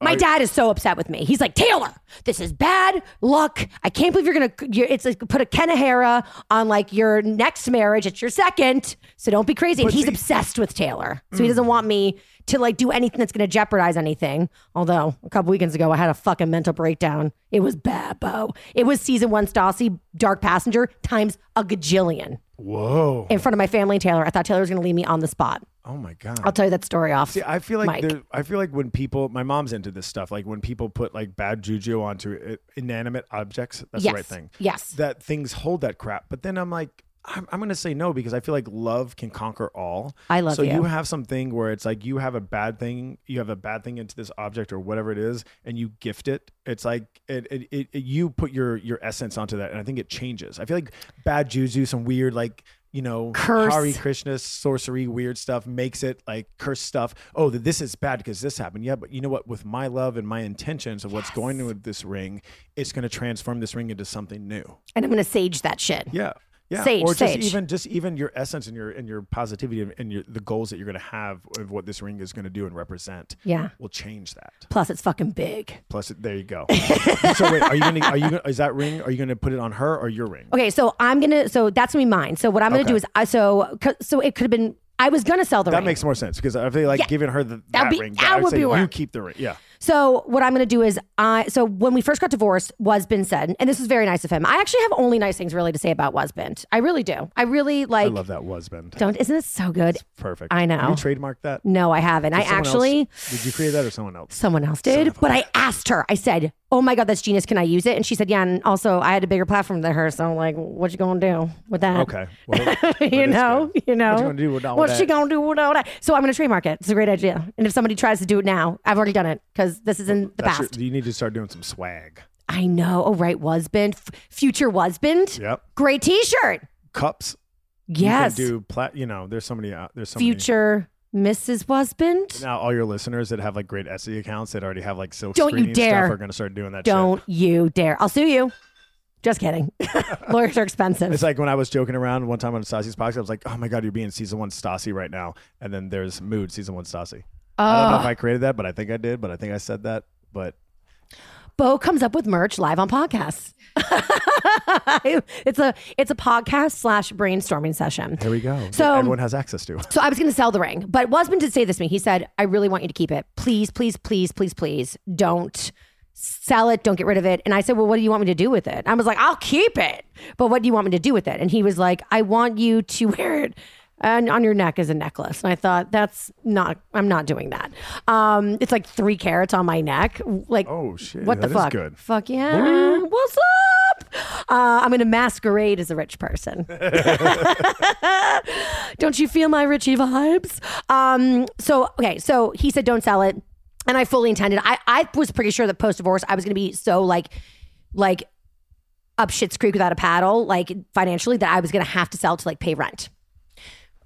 [SPEAKER 3] My
[SPEAKER 4] I-
[SPEAKER 3] dad is so upset with me. He's like, Taylor, this is bad luck. I can't believe you're gonna. You're, it's like put a Kenahara on like your next marriage. It's your second, so don't be crazy. And
[SPEAKER 4] But
[SPEAKER 3] he's
[SPEAKER 4] see- Mm.
[SPEAKER 3] obsessed with Taylor, so he doesn't want me to like do anything that's gonna jeopardize anything. Although a couple weekends ago, I had a fucking mental breakdown. It was bad, Bo. It was season one Stassi, Dark Passenger times a gajillion
[SPEAKER 4] whoa!
[SPEAKER 3] in front of my family and Taylor. I thought Taylor was gonna leave me on the spot.
[SPEAKER 4] Oh my god!
[SPEAKER 3] I'll tell you that story off.
[SPEAKER 4] See, I feel like
[SPEAKER 3] Mike.
[SPEAKER 4] there, I feel like when people, my mom's into this stuff. Like when people put like bad juju onto uh, inanimate objects, that's
[SPEAKER 3] yes,
[SPEAKER 4] the right thing.
[SPEAKER 3] Yes.
[SPEAKER 4] That things hold that crap. But then I'm like, I'm, I'm gonna say no because I feel like love can conquer all.
[SPEAKER 3] I love
[SPEAKER 4] so
[SPEAKER 3] you.
[SPEAKER 4] you have something where it's like you have a bad thing, you have a bad thing into this object or whatever it is, and you gift it. It's like it, it, it, it- you put your your essence onto that, and I think it changes. I feel like bad juju, some weird like you know
[SPEAKER 3] Curse.
[SPEAKER 4] Hare Krishna sorcery weird stuff makes it like curse stuff. Oh, th- this is bad because this happened. Yeah, but you know what? With my love and my intentions of what's going on with this ring, it's going to transform this ring into something new.
[SPEAKER 3] and I'm gonna sage that shit.
[SPEAKER 4] Yeah. Yeah,
[SPEAKER 3] Sage,
[SPEAKER 4] or just
[SPEAKER 3] sage.
[SPEAKER 4] even just even your essence and your and your positivity and, and your the goals that you're going to have of what this ring is going to do and represent
[SPEAKER 3] Yeah.
[SPEAKER 4] will change that.
[SPEAKER 3] Plus, it's fucking big.
[SPEAKER 4] Plus, it, there you go. so wait, are you going to are you gonna, is that ring? Are you going to put it on her or your ring?
[SPEAKER 3] Okay, so I'm gonna. So that's gonna be mine. So what I'm gonna
[SPEAKER 4] Okay.
[SPEAKER 3] do is, I so c- so it could have been. I was gonna sell the
[SPEAKER 4] That
[SPEAKER 3] ring.
[SPEAKER 4] makes more sense because I feel like giving her the, that
[SPEAKER 3] be-
[SPEAKER 4] ring.
[SPEAKER 3] that
[SPEAKER 4] I would,
[SPEAKER 3] would
[SPEAKER 4] say
[SPEAKER 3] be
[SPEAKER 4] you
[SPEAKER 3] work.
[SPEAKER 4] keep the ring. Yeah,
[SPEAKER 3] so what I'm gonna do is, I so when we first got divorced, Wasband said, and this was very nice of him. I actually have only nice things really to say about Wasband. I really do. I really like.
[SPEAKER 4] I love that husband.
[SPEAKER 3] Don't isn't it so good?
[SPEAKER 4] Perfect.
[SPEAKER 3] I know.
[SPEAKER 4] Can you trademark that?
[SPEAKER 3] No, I haven't. I
[SPEAKER 4] Did someone else-
[SPEAKER 3] actually.
[SPEAKER 4] did you create that or someone else?
[SPEAKER 3] Someone else did, but I asked her. I said, "Oh my god, that's genius! Can I use it?" And she said, "Yeah." And also, I had a bigger platform than her, so I'm like, "What you gonna do with that?"
[SPEAKER 4] Okay. Well, but
[SPEAKER 3] you
[SPEAKER 4] it's
[SPEAKER 3] know,
[SPEAKER 4] good.
[SPEAKER 3] you know.
[SPEAKER 4] What you gonna do with all
[SPEAKER 3] What's she
[SPEAKER 4] that?
[SPEAKER 3] gonna do with all that? So I'm gonna trademark it. It's a great idea. And if somebody tries to do it now, I've already done it because this is in the
[SPEAKER 4] That's your-
[SPEAKER 3] past.
[SPEAKER 4] you need to start doing some swag.
[SPEAKER 3] I know. Oh right, husband, F- future husband.
[SPEAKER 4] Yep.
[SPEAKER 3] Great T-shirt.
[SPEAKER 4] Cups.
[SPEAKER 3] Yes.
[SPEAKER 4] You can do plat. You know, there's somebody. out there's somebody.
[SPEAKER 3] future Mrs. Husband.
[SPEAKER 4] Now all your listeners that have like great Etsy accounts that already have like silk
[SPEAKER 3] Don't you
[SPEAKER 4] screening
[SPEAKER 3] dare.
[SPEAKER 4] stuff are gonna start doing that. shit.
[SPEAKER 3] Don't you dare! I'll sue you. Just kidding. Lawyers are expensive.
[SPEAKER 4] It's like when I was joking around one time on Stassi's podcast, I was like, "Oh my god, you're being season one Stassi right now." And then there's Mood season one Stassi. I
[SPEAKER 3] Oh.
[SPEAKER 4] don't know if I created that, but I think I did. But I think I said that. But
[SPEAKER 3] Bo comes up with merch live on podcasts. it's a it's a podcast slash brainstorming session.
[SPEAKER 4] here we go.
[SPEAKER 3] So-
[SPEAKER 4] everyone has access to.
[SPEAKER 3] So I was going to sell the ring, but Wasman did say this to me. He said, "I really want you to keep it. Please, please, please, please, please, don't sell it. Don't get rid of it." And I said, "Well, what do you want me to do with it?" I was like, "I'll keep it, but what do you want me to do with it?" And he was like, "I want you to wear it." And on your neck as a necklace. And I thought, that's not, I'm not doing that. Um, it's like three carats on my neck. Like,
[SPEAKER 4] Oh, shit.
[SPEAKER 3] What the
[SPEAKER 4] That is
[SPEAKER 3] fuck?
[SPEAKER 4] good.
[SPEAKER 3] Fuck yeah. What's up? Uh, I'm going to masquerade as a rich person. Don't you feel my Richie vibes? Um, so okay, so he said don't sell it. And I fully intended. I, I was pretty sure that post divorce I was gonna be so like like up Shit's Creek without a paddle, like financially, that I was going to have to sell to like pay rent.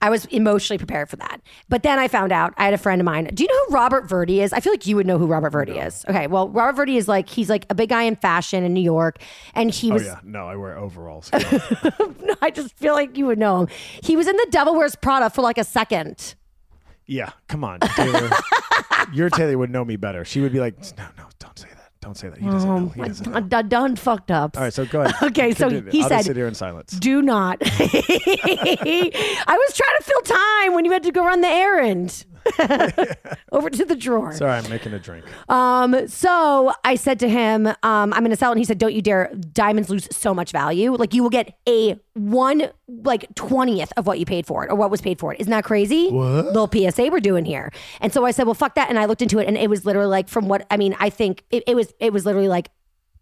[SPEAKER 3] I was emotionally prepared for that. But then I found out I had a friend of mine. Do you know who Robert Verdi is? I feel like you would know who Robert Verdi is. Okay. Well, Robert Verdi is like, he's like a big guy in fashion in New York. And he
[SPEAKER 4] Oh
[SPEAKER 3] was,
[SPEAKER 4] yeah, no, I wear overalls.
[SPEAKER 3] no, I just feel like you would know him. He was in The Devil Wears Prada for like a second.
[SPEAKER 4] yeah, come on, Taylor. Your Taylor would know me better. She would be like, no, no, don't say that. Don't say that. He doesn't know. He
[SPEAKER 3] I,
[SPEAKER 4] doesn't know.
[SPEAKER 3] I done- done fucked up.
[SPEAKER 4] All right, so go ahead.
[SPEAKER 3] Okay, so
[SPEAKER 4] Continue.
[SPEAKER 3] he
[SPEAKER 4] I'll
[SPEAKER 3] said-
[SPEAKER 4] just sit here in silence.
[SPEAKER 3] Do not. I was trying to fill time when you had to go run the errand. Over to the drawer.
[SPEAKER 4] Sorry, I'm making a drink.
[SPEAKER 3] Um, so I said to him, um, I'm gonna sell it. And he said, Don't you dare diamonds lose so much value. Like you will get a one like twentieth of what you paid for it or what was paid for it. Isn't that crazy? What? Little PSA we're doing here. And so I said, Well, fuck that. And I looked into it and it was literally like from what I mean, I think it, it was it was literally like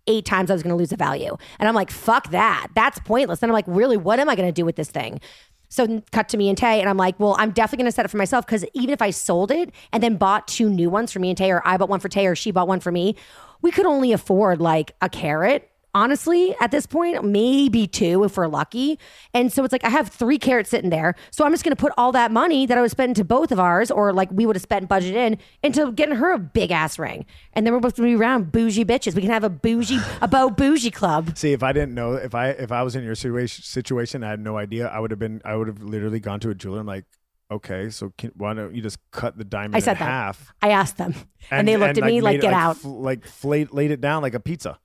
[SPEAKER 3] eight times I was gonna lose the value. And I'm like, fuck that. That's pointless. And I'm like, really, what am I gonna do with this thing? So n- cut to me and Tay, and I'm like, well, I'm definitely gonna set it for myself because even if I sold it and then bought two new ones for me and Tay, or I bought one for Tay, or she bought one for me, we could only afford like a carrot, honestly, at this point, maybe two if we're lucky. And so it's like I have three carrots sitting there, so I'm just gonna put all that money that I was spending to both of ours, or like we would have spent budget in, into getting her a big ass ring, and then we're both gonna be around bougie bitches. We can have a bougie, a bow bougie club.
[SPEAKER 4] See, if I didn't know, if I if I was in your situation, situation, I had no idea. I would have been, I would have literally gone to a jeweler. and like, okay, so can, why don't you just cut the diamond
[SPEAKER 3] I said
[SPEAKER 4] in
[SPEAKER 3] that.
[SPEAKER 4] half?
[SPEAKER 3] I asked them, and, they looked at me
[SPEAKER 4] made
[SPEAKER 3] like,
[SPEAKER 4] it,
[SPEAKER 3] "Get out."
[SPEAKER 4] fl- like flate, laid it down like a pizza.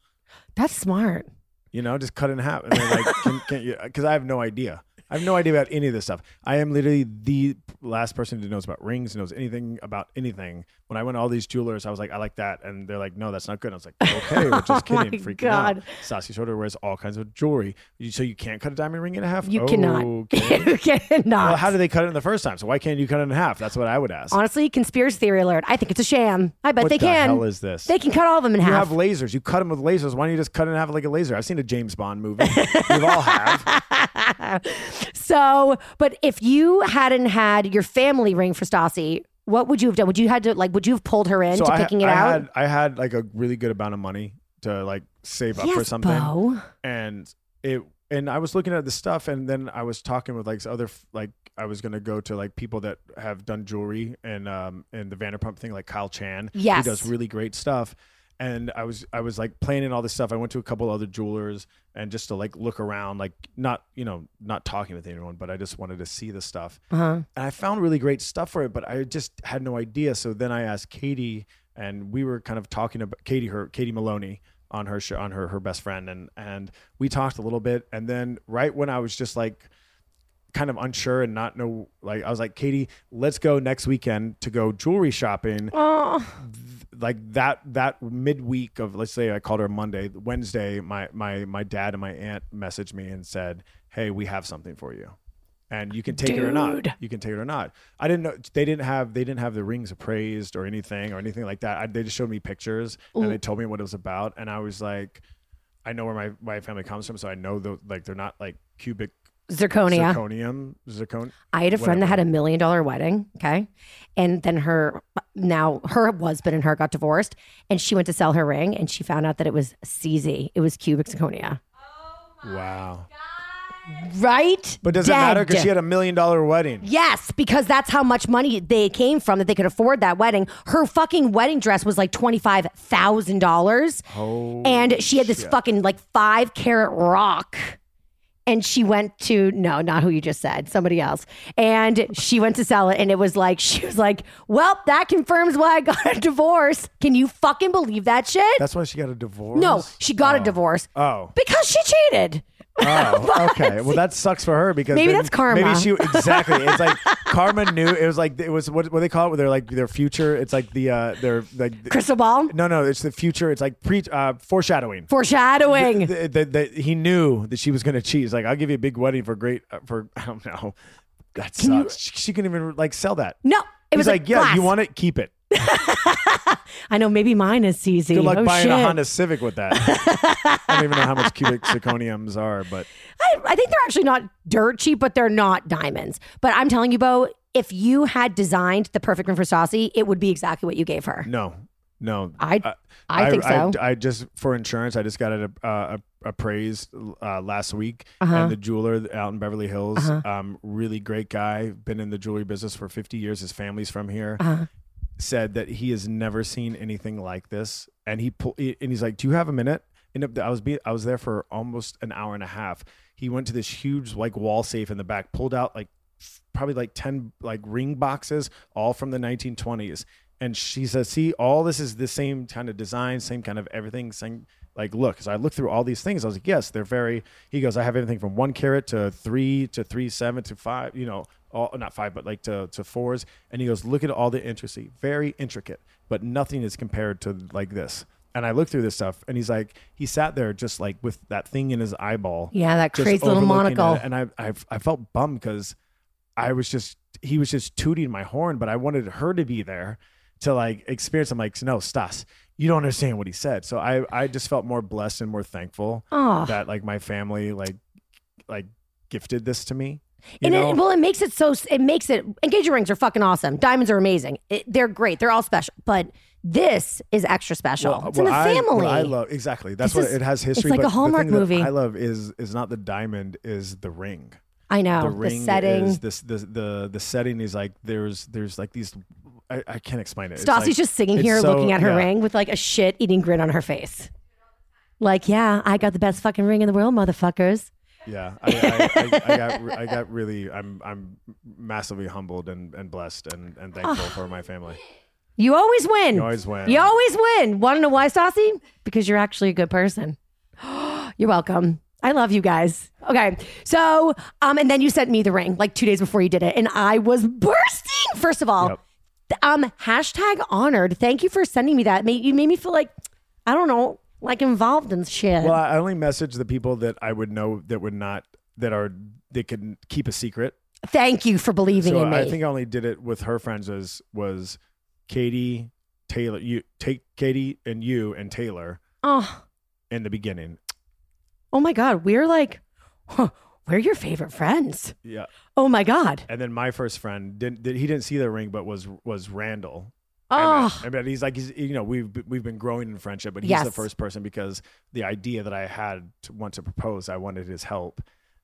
[SPEAKER 3] That's smart.
[SPEAKER 4] You know, just cut it in half. And they're like, can, can you? Because I have no idea. I have no idea about any of this stuff. I am literally the last person who knows about rings, knows anything about anything. When I went to all these jewelers, I was like, I like that, and they're like, No, that's not good. I was like, Okay, we're just
[SPEAKER 3] Oh my
[SPEAKER 4] kidding, freaking
[SPEAKER 3] God.
[SPEAKER 4] out. Sassy Schroeder wears all kinds of jewelry, You- so you can't cut a diamond ring in half.
[SPEAKER 3] You cannot.
[SPEAKER 4] Okay.
[SPEAKER 3] you cannot.
[SPEAKER 4] well, how did they cut it in the first time? So why can't you cut it in half? That's what I would ask.
[SPEAKER 3] Honestly, conspiracy theory alert. I think it's a sham. I bet
[SPEAKER 4] what
[SPEAKER 3] they
[SPEAKER 4] the
[SPEAKER 3] can.
[SPEAKER 4] hell is this?
[SPEAKER 3] they can cut all of them in
[SPEAKER 4] You
[SPEAKER 3] half.
[SPEAKER 4] have lasers. You cut them with lasers. Why don't you just cut it in half like a laser? I've seen a James Bond movie. We've all have.
[SPEAKER 3] so, but if you hadn't had your family ring for Stassi, what would you have done? Would you had to like? Would you have pulled her into
[SPEAKER 4] I, ha-
[SPEAKER 3] picking it
[SPEAKER 4] I
[SPEAKER 3] out?
[SPEAKER 4] Had, I had like a really good amount of money to like save up
[SPEAKER 3] yes,
[SPEAKER 4] for something,
[SPEAKER 3] Bo.
[SPEAKER 4] and it and I was looking at the stuff, and then I was talking with like other f- like I was gonna go to like people that have done jewelry and um and the Vanderpump thing, like Kyle Chan,
[SPEAKER 3] Yes.
[SPEAKER 4] he does really great stuff. And I was I was like planning all this stuff. I went to a couple other jewelers and just to like look around, like not you know not talking with anyone, but I just wanted to see the stuff
[SPEAKER 3] Uh-huh.
[SPEAKER 4] and I found really great stuff for it, but I just had no idea. So then I asked Katie, and we were kind of talking about Katie, her Katie Maloney on her show, on her her best friend, and and we talked a little bit, and then right when I was just like kind of unsure and not know like I was like Katie let's go next weekend to go jewelry shopping like that that midweek of let's say I called her Monday, Wednesday, my my my dad and my aunt messaged me and said, "Hey, we have something for you." And you can take it or not. You can take it or not. I didn't know they didn't have they didn't have the rings appraised or anything or anything like that. I, they just showed me pictures and they told me what it was about and I was like I know where my my family comes from, so I know the like they're not like cubic
[SPEAKER 3] Zirconia.
[SPEAKER 4] zirconium zircon.
[SPEAKER 3] I had a friend that had
[SPEAKER 4] whatever.
[SPEAKER 3] a million dollar wedding, okay? And then her now her husband and her got divorced and she went to sell her ring and she found out that it was CZ. It was cubic zirconia.
[SPEAKER 4] Wow.
[SPEAKER 3] Right?
[SPEAKER 4] But does it matter because
[SPEAKER 3] Dead.
[SPEAKER 4] she had a million dollar wedding?
[SPEAKER 3] Yes, because that's how much money they came from that they could afford that wedding. Her fucking wedding dress was like twenty five thousand dollars,
[SPEAKER 4] Oh.
[SPEAKER 3] and she had this fucking like five carat rock. And she went to no, not who you just said, somebody else. And she went to sell it, and it was like she was like, "Well, that confirms why I got a divorce." Can you fucking believe that shit?
[SPEAKER 4] That's why she got a divorce.
[SPEAKER 3] no, she got a
[SPEAKER 4] Oh.
[SPEAKER 3] divorce
[SPEAKER 4] Oh.
[SPEAKER 3] because she cheated.
[SPEAKER 4] Oh, okay. Well, that sucks for her because
[SPEAKER 3] Maybe
[SPEAKER 4] then-
[SPEAKER 3] that's karma.
[SPEAKER 4] Maybe she exactly. It's like karma knew. It was like it was what what they call it. Where they're like their future. It's like the uh their like the-
[SPEAKER 3] Crystal ball
[SPEAKER 4] no no. It's the future. It's like pre uh, foreshadowing.
[SPEAKER 3] foreshadowing.
[SPEAKER 4] The- the- the- he knew that she was going to cheat. He's like, I'll give you a big wedding for great uh, for I don't know. That
[SPEAKER 3] you-
[SPEAKER 4] sucks. she, she couldn't even like sell that.
[SPEAKER 3] no, it
[SPEAKER 4] He's
[SPEAKER 3] was
[SPEAKER 4] like,
[SPEAKER 3] like
[SPEAKER 4] yeah, you
[SPEAKER 3] glass.
[SPEAKER 4] want it, keep it.
[SPEAKER 3] I know maybe mine is CZ.
[SPEAKER 4] Good luck
[SPEAKER 3] oh,
[SPEAKER 4] buying
[SPEAKER 3] shit.
[SPEAKER 4] a Honda Civic with that. I don't even know how much cubic zirconiums are, but
[SPEAKER 3] I, I think they're actually not dirt cheap, but they're not diamonds. But I'm telling you, Bo, if you had designed the perfect ring for Stassi, it would be exactly what you gave her.
[SPEAKER 4] no. No,
[SPEAKER 3] I-
[SPEAKER 4] uh,
[SPEAKER 3] I think so.
[SPEAKER 4] I, just for insurance, I just got it uh, appraised uh, last week,
[SPEAKER 3] Uh-huh.
[SPEAKER 4] and the jeweler out in Beverly Hills,
[SPEAKER 3] Uh-huh.
[SPEAKER 4] um, really great guy, been in the jewelry business for 50 years. His family's from here.
[SPEAKER 3] Uh-huh.
[SPEAKER 4] Said that he has never seen anything like this, and he pull, and he's like, "Do you have a minute?" And it- I was be, I was there for almost an hour and a half. He went to this huge like wall safe in the back, pulled out like f- probably like 10 like ring boxes all from the 1920s and she says see all this is the same kind of design same kind of everything same like look so i looked through all these things i was like yes they're very he goes i have everything from one carat to three to three seven to five you know all not five but like to, to fours and he goes look at all the intricacy very intricate but nothing is compared to like this and I looked through this stuff, and he's like, he sat there just like with that thing in his eyeball.
[SPEAKER 3] Yeah, that
[SPEAKER 4] just
[SPEAKER 3] crazy little
[SPEAKER 4] overlooking
[SPEAKER 3] monocle.
[SPEAKER 4] it. And I, I, I felt bummed because I was just he was just tooting my horn, but I wanted her to be there to like experience. I'm like, no, Stas, you don't understand what he said. So I I just felt more blessed and more thankful
[SPEAKER 3] Aw.
[SPEAKER 4] that like my family like like gifted this to me. You
[SPEAKER 3] And
[SPEAKER 4] know?
[SPEAKER 3] it, well, it makes it so. It makes it. Engagement rings are fucking awesome. Diamonds are amazing. It, they're great. They're all special. But this is extra special.
[SPEAKER 4] Well,
[SPEAKER 3] it's in the
[SPEAKER 4] what I- what
[SPEAKER 3] family.
[SPEAKER 4] I love exactly. That's
[SPEAKER 3] This
[SPEAKER 4] what
[SPEAKER 3] is-
[SPEAKER 4] it has history.
[SPEAKER 3] it's like
[SPEAKER 4] but
[SPEAKER 3] a
[SPEAKER 4] the
[SPEAKER 3] Hallmark
[SPEAKER 4] thing that
[SPEAKER 3] movie.
[SPEAKER 4] I love is is not the diamond, is the ring.
[SPEAKER 3] I know
[SPEAKER 4] the
[SPEAKER 3] Oh, the,
[SPEAKER 4] ring
[SPEAKER 3] setting.
[SPEAKER 4] is this the the the setting is like there's there's like these I, I can't explain it. It's
[SPEAKER 3] Stassi's
[SPEAKER 4] like-
[SPEAKER 3] just sitting
[SPEAKER 4] it's
[SPEAKER 3] here
[SPEAKER 4] so-
[SPEAKER 3] looking at her
[SPEAKER 4] yeah.
[SPEAKER 3] ring with like a shit eating grin on her face. Like, yeah, I got the best fucking ring in the world, motherfuckers.
[SPEAKER 4] Yeah, I, I, I, I got re- I got really I'm I'm massively humbled and, and blessed and, and thankful for my family.
[SPEAKER 3] You always win.
[SPEAKER 4] You always win.
[SPEAKER 3] You always win. Want to know why, Stassi? Because you're actually a good person. you're welcome. I love you guys. Okay. So, um, and then you sent me the ring like two days before you did it, and I was bursting. First of all,
[SPEAKER 4] Yep.
[SPEAKER 3] th- um, hashtag honored. Thank you for sending me that. Ma- You made me feel like, I don't know, like involved in shit.
[SPEAKER 4] Well, I only message the people that I would know that would not that are that could keep a secret.
[SPEAKER 3] Thank you for believing
[SPEAKER 4] So
[SPEAKER 3] in me.
[SPEAKER 4] I think I only did it with her friends was was Katie Taylor. You take Katie and you and Taylor
[SPEAKER 3] oh.
[SPEAKER 4] in the beginning.
[SPEAKER 3] Oh my God, we're like, huh, we're your favorite friends.
[SPEAKER 4] Yeah,
[SPEAKER 3] Oh my God.
[SPEAKER 4] and then my first friend didn't did, he didn't see the ring, but was was Randall.
[SPEAKER 3] Oh,
[SPEAKER 4] I mean, he's like he's you know we've we've been growing in friendship, but he's the
[SPEAKER 3] Yes.
[SPEAKER 4] first person because the idea that I had to want to propose, I wanted his help,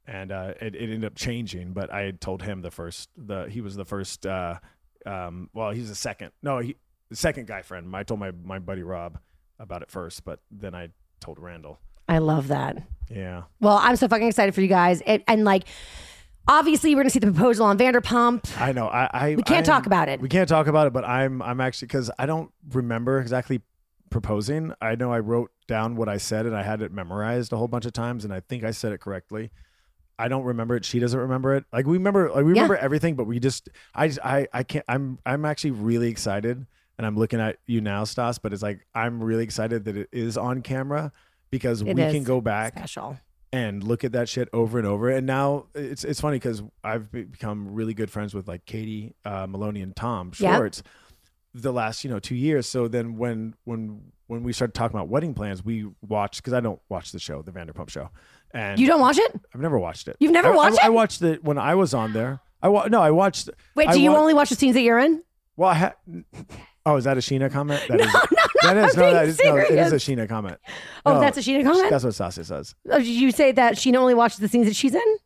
[SPEAKER 4] and uh, it, it ended up changing. But I had told him the first the he was the first. Uh, um, well, he's the second. No, he the second guy friend. I told my my buddy Rob about it first, but then I told Randall.
[SPEAKER 3] I love that.
[SPEAKER 4] Yeah,
[SPEAKER 3] Well, I'm so fucking excited for you guys. And, and like, obviously, we're going to see the proposal on Vanderpump.
[SPEAKER 4] I know. I, I
[SPEAKER 3] We can't
[SPEAKER 4] I'm-
[SPEAKER 3] talk about it.
[SPEAKER 4] We can't talk about it. But I'm I'm actually because I don't remember exactly proposing. I know I wrote down what I said and I had it memorized a whole bunch of times, and I think I said it correctly. I don't remember it. She doesn't remember it. Like we remember, like we
[SPEAKER 3] Yeah.
[SPEAKER 4] remember everything, but we just I just- I I can't. I'm I'm actually really excited, and I'm looking at you now, Stas. But it's like I'm really excited that it is on camera because
[SPEAKER 3] It
[SPEAKER 4] we
[SPEAKER 3] is
[SPEAKER 4] can go back
[SPEAKER 3] Special.
[SPEAKER 4] and look at that shit over and over. And now it's it's funny because I've be- become really good friends with like Katie uh, Maloney and Tom
[SPEAKER 3] Yeah.
[SPEAKER 4] Schwartz the last you know two years. So then when when when we started talking about wedding plans, we watched because I don't watch the show, the Vanderpump Show, and
[SPEAKER 3] You don't watch it?
[SPEAKER 4] I've never watched it.
[SPEAKER 3] You've never
[SPEAKER 4] I- I-
[SPEAKER 3] watched
[SPEAKER 4] I,
[SPEAKER 3] it?
[SPEAKER 4] watched it when I was on there. I wa- no, I watched.
[SPEAKER 3] Wait,
[SPEAKER 4] I
[SPEAKER 3] do you
[SPEAKER 4] wa-
[SPEAKER 3] only watch the scenes that you're in?
[SPEAKER 4] Well, I ha- oh, is that a Sheena comment? That is- that is
[SPEAKER 3] I'm
[SPEAKER 4] no, that
[SPEAKER 3] being
[SPEAKER 4] is no, it is a
[SPEAKER 3] serious.
[SPEAKER 4] Sheena comment.
[SPEAKER 3] Oh,
[SPEAKER 4] No,
[SPEAKER 3] that's a Sheena comment?
[SPEAKER 4] That's what Sasha says.
[SPEAKER 3] Oh, did you say that she only watches the scenes that she's in?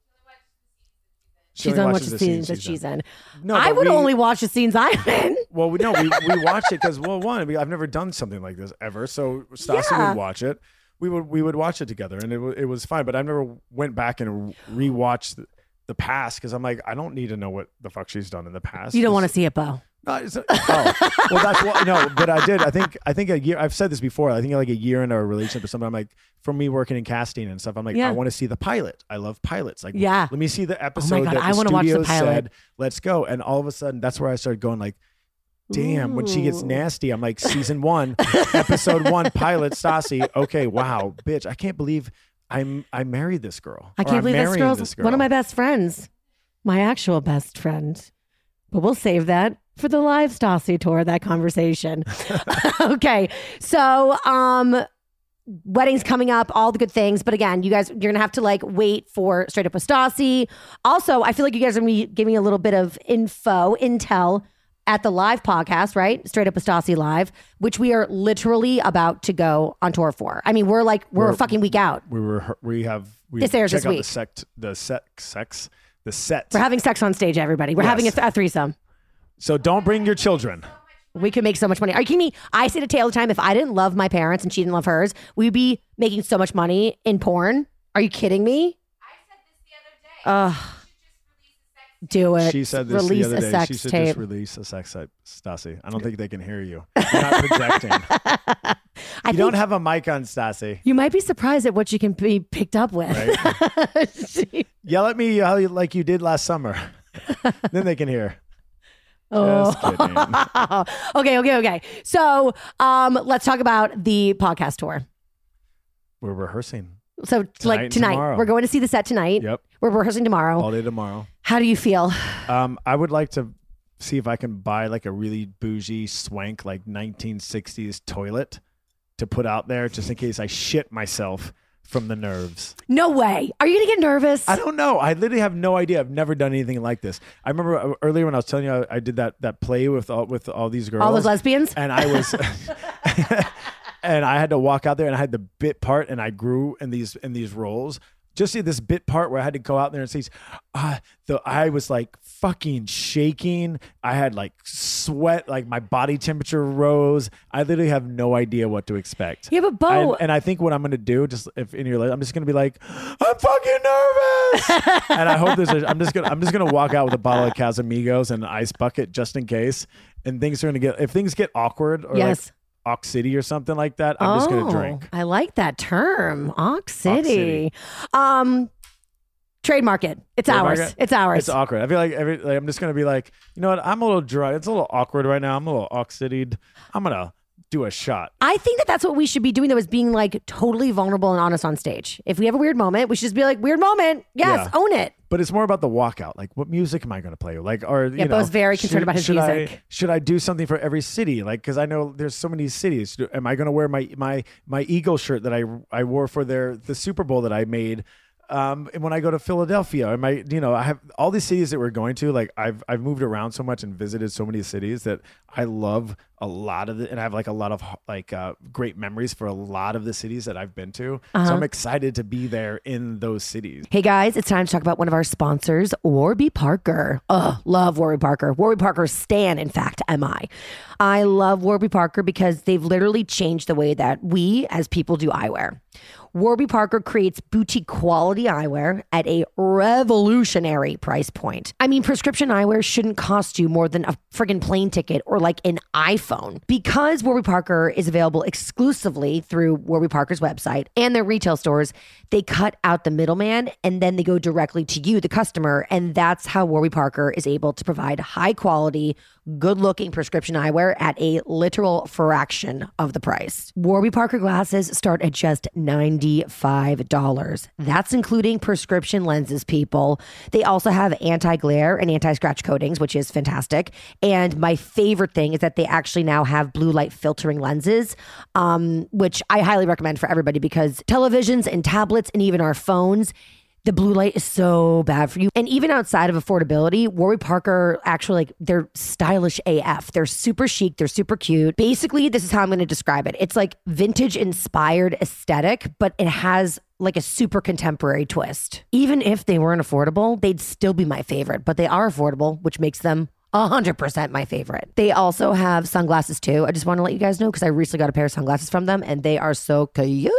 [SPEAKER 4] She
[SPEAKER 3] only watches
[SPEAKER 4] watches
[SPEAKER 3] the scenes
[SPEAKER 4] scenes
[SPEAKER 3] that she's in.
[SPEAKER 4] No,
[SPEAKER 3] I
[SPEAKER 4] but
[SPEAKER 3] would
[SPEAKER 4] we-
[SPEAKER 3] only watch the scenes I'm in.
[SPEAKER 4] Well, we, no, we, we watched it because well, one, we, I've never done something like this ever, so Stassi
[SPEAKER 3] Yeah.
[SPEAKER 4] would watch it. We would we would watch it together, and it wa- it was fine. But I've never went back and rewatched the, the past because I'm like, I don't need to know what the fuck she's done in the past.
[SPEAKER 3] You don't want to see it, Bo.
[SPEAKER 4] No, it's- oh, well, that's what. No, but I did. I think. I think a year. I've said this before. I think like a year in our relationship or something. I'm like, for me working in casting and stuff. I'm like,
[SPEAKER 3] Yeah.
[SPEAKER 4] I want to see the pilot. I love pilots. Like,
[SPEAKER 3] Yeah. Oh
[SPEAKER 4] Let me see the episode.
[SPEAKER 3] God,
[SPEAKER 4] that
[SPEAKER 3] I
[SPEAKER 4] the
[SPEAKER 3] wanna watch the
[SPEAKER 4] studio
[SPEAKER 3] pilot.
[SPEAKER 4] Said, Let's go. And all of a sudden, that's where I started going. Like, damn. When she gets
[SPEAKER 3] Ooh.
[SPEAKER 4] nasty, I'm like, season one, episode one, pilot, Stassi. Okay, wow, bitch. I can't believe I'm. I married this girl.
[SPEAKER 3] I
[SPEAKER 4] Or
[SPEAKER 3] can't
[SPEAKER 4] I'm
[SPEAKER 3] believe this
[SPEAKER 4] marrying
[SPEAKER 3] girl's
[SPEAKER 4] this girl.
[SPEAKER 3] one of my best friends, my actual best friend. But we'll save that for the live Stassi tour, that conversation. okay. So, um, weddings coming up, all the good things. But again, you guys, you're going to have to like wait for Straight Up with Stassi. Also, I feel like you guys are going to be giving a little bit of info, intel at the live podcast, right? Straight Up with Stassi Live, which we are literally about to go on tour for. I mean, we're like, we're, a
[SPEAKER 4] We're-
[SPEAKER 3] fucking week out.
[SPEAKER 4] We were we have we
[SPEAKER 3] This airs
[SPEAKER 4] check
[SPEAKER 3] this
[SPEAKER 4] out
[SPEAKER 3] week.
[SPEAKER 4] the sect the sect sex the set.
[SPEAKER 3] We're having sex on stage, everybody. We're having a,
[SPEAKER 4] Yes.
[SPEAKER 3] th- a threesome.
[SPEAKER 4] so don't bring your children.
[SPEAKER 3] We could make so much money. Are you kidding me? I say to Tay all the time, if I didn't love my parents and she didn't love hers, we'd be making so much money in porn. Are you kidding me? I said this the other day. Ugh. Do it.
[SPEAKER 4] She said this
[SPEAKER 3] Release
[SPEAKER 4] the other
[SPEAKER 3] a
[SPEAKER 4] day.
[SPEAKER 3] sex
[SPEAKER 4] she should
[SPEAKER 3] tape.
[SPEAKER 4] just release a sex tape, Stassi. I don't think they can hear you. You're not projecting. you
[SPEAKER 3] I think
[SPEAKER 4] don't have a mic on, Stassi.
[SPEAKER 3] you might be surprised at what you can be picked up with. She-
[SPEAKER 4] Yell at me how you- like you did last summer. then they can hear. Just kidding.
[SPEAKER 3] Oh. okay, okay, okay. So um, let's talk about the podcast tour.
[SPEAKER 4] We're rehearsing
[SPEAKER 3] So
[SPEAKER 4] Tonight
[SPEAKER 3] like
[SPEAKER 4] and
[SPEAKER 3] tonight,
[SPEAKER 4] tomorrow.
[SPEAKER 3] we're going to see the set tonight.
[SPEAKER 4] Yep.
[SPEAKER 3] We're rehearsing tomorrow.
[SPEAKER 4] all day tomorrow.
[SPEAKER 3] How do you feel?
[SPEAKER 4] Um, I would like to see if I can buy like a really bougie swank, like 1960s toilet to put out there just in case I shit myself from the nerves.
[SPEAKER 3] No way. Are you gonna get nervous?
[SPEAKER 4] I don't know. I literally have no idea. I've never done anything like this. I remember uh, earlier when I was telling you I, I did that that play with all with all these girls,
[SPEAKER 3] All those lesbians?
[SPEAKER 4] and I was. And I had to walk out there, and I had the bit part, and I grew in these in these roles. Just see this bit part where I had to go out there and say, uh, the I was like fucking shaking. I had like sweat, like my body temperature rose. I literally have no idea what to expect.
[SPEAKER 3] Yeah, but Bo-
[SPEAKER 4] and, and I think what I'm gonna do, just if in your, I'm just gonna be like, I'm fucking nervous, and I hope there's. A, I'm just gonna, I'm just gonna walk out with a bottle of Casamigos and an ice bucket just in case, and things are gonna get. If things get awkward or
[SPEAKER 3] Yes.
[SPEAKER 4] like Ox City or something like that, I'm just gonna
[SPEAKER 3] Oh,
[SPEAKER 4] drink.
[SPEAKER 3] I like that term, Ox City.
[SPEAKER 4] City.
[SPEAKER 3] Um, trademark it. It's ours.
[SPEAKER 4] Trademark it.
[SPEAKER 3] It's ours.
[SPEAKER 4] It's awkward. I feel like every like, I'm just gonna be like, you know what? I'm a little dry. It's a little awkward right now. I'm a little oxidied. I'm gonna do a shot.
[SPEAKER 3] I think that that's what we should be doing, though, is being like totally vulnerable and honest on stage. If we have a weird moment, we should just be like, weird moment. Yes,
[SPEAKER 4] Yeah.
[SPEAKER 3] own it.
[SPEAKER 4] But it's more about the walkout. Like, what music am I going to play? Like, or you
[SPEAKER 3] Yeah,
[SPEAKER 4] know,
[SPEAKER 3] Bo's very concerned about his
[SPEAKER 4] should I-
[SPEAKER 3] music.
[SPEAKER 4] should I do something for every city? Like, because I know there's so many cities. Do- Am I going to wear my my my eagle shirt that I I wore for their the Super Bowl that I made? Um, and when I go to Philadelphia, am I you know I have all these cities that we're going to. Like, I've I've moved around so much and visited so many cities that I love a lot of it, and I have like a lot of like uh, great memories for a lot of the cities that I've been to.
[SPEAKER 3] Uh-huh.
[SPEAKER 4] So I'm excited to be there in those cities.
[SPEAKER 3] Hey guys, it's time to talk about one of our sponsors, Warby Parker. Ugh, love Warby Parker. Warby Parker Stan, in fact, am I. I love Warby Parker because they've literally changed the way that we as people do eyewear. Warby Parker creates boutique quality eyewear at a revolutionary price point. I mean, prescription eyewear shouldn't cost you more than a friggin' plane ticket or like an iPhone. Because Warby Parker is available exclusively through Warby Parker's website and their retail stores, they cut out the middleman and then they go directly to you, the customer. And that's how Warby Parker is able to provide high quality, good looking prescription eyewear at a literal fraction of the price. Warby Parker glasses start at just $95. That's including prescription lenses, people. They also have anti glare and anti scratch coatings, which is fantastic. And my favorite thing is that they actually now have blue light filtering lenses, um, which I highly recommend for everybody because televisions and tablets and even our phones. The blue light is so bad for you. And even outside of affordability, Warby Parker actually like they're stylish AF. They're super chic, they're super cute. Basically, this is how I'm going to describe it. It's like vintage inspired aesthetic, but it has like a super contemporary twist. Even if they weren't affordable, they'd still be my favorite, but they are affordable, which makes them 100% my favorite. They also have sunglasses too. I just want to let you guys know because I recently got a pair of sunglasses from them and they are so cute.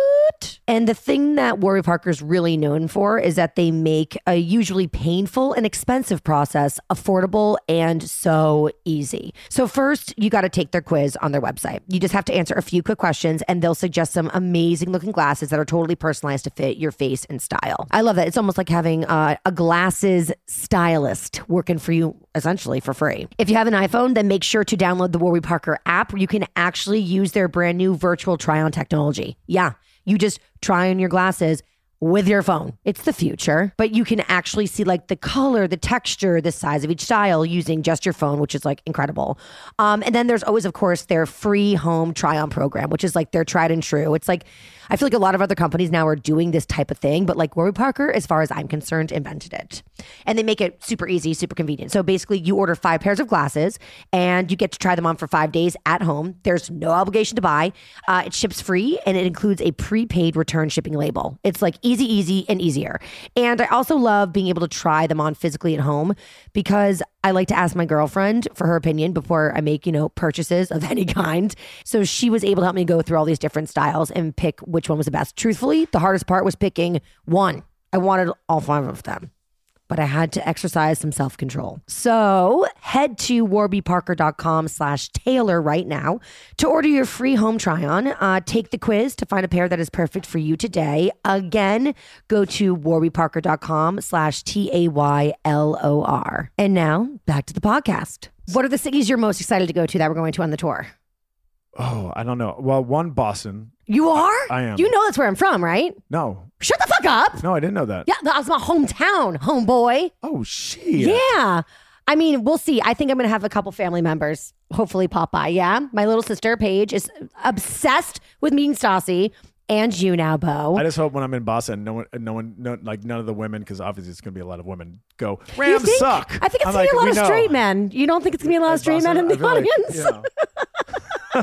[SPEAKER 3] And the thing that Warby Parker is really known for is that they make a usually painful and expensive process affordable and so easy. So, first, you got to take their quiz on their website. You just have to answer a few quick questions and they'll suggest some amazing looking glasses that are totally personalized to fit your face and style. I love that. It's almost like having uh, a glasses stylist working for you essentially for free. If you have an iPhone, then make sure to download the Warby Parker app where you can actually use their brand new virtual try on technology. Yeah, you just try on your glasses with your phone. It's the future, but you can actually see like the color, the texture, the size of each style using just your phone, which is like incredible. Um, and then there's always, of course, their free home try on program, which is like their tried and true. It's like, I feel like a lot of other companies now are doing this type of thing, but like Warby Parker, as far as I'm concerned, invented it. And they make it super easy, super convenient. So basically, you order five pairs of glasses and you get to try them on for five days at home. There's no obligation to buy. Uh, it ships free and it includes a prepaid return shipping label. It's like easy, easy, and easier. And I also love being able to try them on physically at home because I like to ask my girlfriend for her opinion before I make, you know, purchases of any kind. So she was able to help me go through all these different styles and pick which one was the best. Truthfully, the hardest part was picking one. I wanted all five of them but I had to exercise some self control. So head to warbyparker.com slash Taylor right now to order your free home try on. Uh, take the quiz to find a pair that is perfect for you today. Again, go to warbyparker.com slash T A Y L O R. And now back to the podcast. What are the cities you're most excited to go to that we're going to on the tour?
[SPEAKER 4] Oh, I don't know. Well, one Boston.
[SPEAKER 3] You are?
[SPEAKER 4] I am.
[SPEAKER 3] You know that's where I'm from, right?
[SPEAKER 4] No,
[SPEAKER 3] Shut the fuck up.
[SPEAKER 4] no, I didn't know that.
[SPEAKER 3] Yeah, that's my hometown, homeboy.
[SPEAKER 4] Oh, shit.
[SPEAKER 3] Yeah. I mean, we'll see. I think I'm going to have a couple family members hopefully pop by. Yeah. My little sister, Paige, is obsessed with meeting Stassi and you now, Bo.
[SPEAKER 4] I just hope when I'm in Boston, no one, no one, no, like none of the women, because obviously it's going to be a lot of women. Go
[SPEAKER 3] You
[SPEAKER 4] Rams
[SPEAKER 3] think-
[SPEAKER 4] suck.
[SPEAKER 3] I think it's
[SPEAKER 4] I'm
[SPEAKER 3] going to
[SPEAKER 4] like,
[SPEAKER 3] be a lot
[SPEAKER 4] "We
[SPEAKER 3] of
[SPEAKER 4] know."
[SPEAKER 3] straight men. You don't think it's going to be a lot of straight men in
[SPEAKER 4] Boston,
[SPEAKER 3] the
[SPEAKER 4] I feel like,
[SPEAKER 3] audience?
[SPEAKER 4] you know,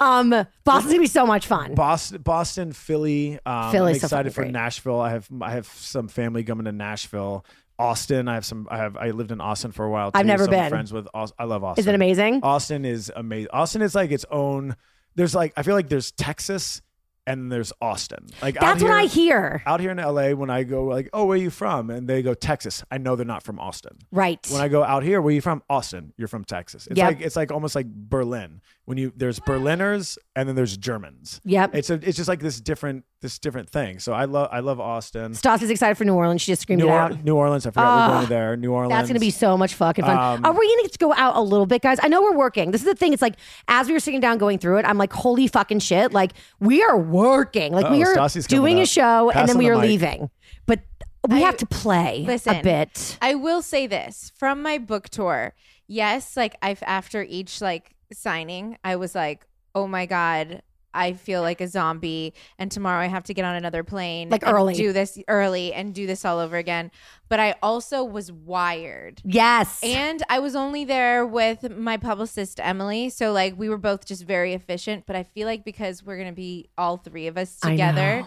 [SPEAKER 3] Um, Boston's going to be so much fun.
[SPEAKER 4] Boston, Boston, Philly. Um,
[SPEAKER 3] Philly's
[SPEAKER 4] I'm
[SPEAKER 3] so
[SPEAKER 4] excited
[SPEAKER 3] fucking
[SPEAKER 4] for
[SPEAKER 3] great.
[SPEAKER 4] Nashville. I have I have some family coming to Nashville. Austin. I have some. I have. I lived in Austin for a while.
[SPEAKER 3] I've
[SPEAKER 4] too,
[SPEAKER 3] never
[SPEAKER 4] so
[SPEAKER 3] been.
[SPEAKER 4] I'm friends with. Aus- I love Austin.
[SPEAKER 3] Is it amazing?
[SPEAKER 4] Austin is amazing. Austin is like its own. There's like I feel like there's Texas and there's Austin. Like out
[SPEAKER 3] That's what I
[SPEAKER 4] here-
[SPEAKER 3] hear.
[SPEAKER 4] Out here in LA, when I go like, oh, where are you from? And they go Texas. I know they're not from Austin.
[SPEAKER 3] Right.
[SPEAKER 4] When I go out here, where are you from? Austin. You're from Texas. It's
[SPEAKER 3] Yep.
[SPEAKER 4] like it's like almost like Berlin. When you there's Berliners and then there's Germans.
[SPEAKER 3] Yep.
[SPEAKER 4] It's a, it's just like this different this different thing. So I love I love Austin.
[SPEAKER 3] Stassi's excited for New Orleans. She just screamed
[SPEAKER 4] New,
[SPEAKER 3] it
[SPEAKER 4] or-
[SPEAKER 3] out.
[SPEAKER 4] New Orleans. I forgot we're going there. New Orleans.
[SPEAKER 3] That's going to be so much fucking fun.
[SPEAKER 4] Um,
[SPEAKER 3] Are we going to go out a little bit, guys? I know we're working. This is the thing. It's like as we were sitting down going through it, I'm like, holy fucking shit! Like we are working. Like we
[SPEAKER 4] Uh-oh,
[SPEAKER 3] are
[SPEAKER 4] Oh, Stassi's coming
[SPEAKER 3] doing a
[SPEAKER 4] up.
[SPEAKER 3] show and
[SPEAKER 4] Passing
[SPEAKER 3] then we
[SPEAKER 4] the
[SPEAKER 3] are
[SPEAKER 4] mic.
[SPEAKER 3] leaving. But we
[SPEAKER 5] I-
[SPEAKER 3] have to play a
[SPEAKER 5] Listen.
[SPEAKER 3] bit.
[SPEAKER 5] I will say this from my book tour. Yes, like I've after each like signing, I was like, "Oh my god, I feel like a zombie and tomorrow I have to get on another plane
[SPEAKER 3] Like
[SPEAKER 5] and
[SPEAKER 3] early.
[SPEAKER 5] do this early and do this all over again." But I also was wired.
[SPEAKER 3] Yes.
[SPEAKER 5] And I was only there with my publicist Emily, so like we were both just very efficient, but I feel like because we're going to be all three of us
[SPEAKER 3] I
[SPEAKER 5] together,
[SPEAKER 3] know.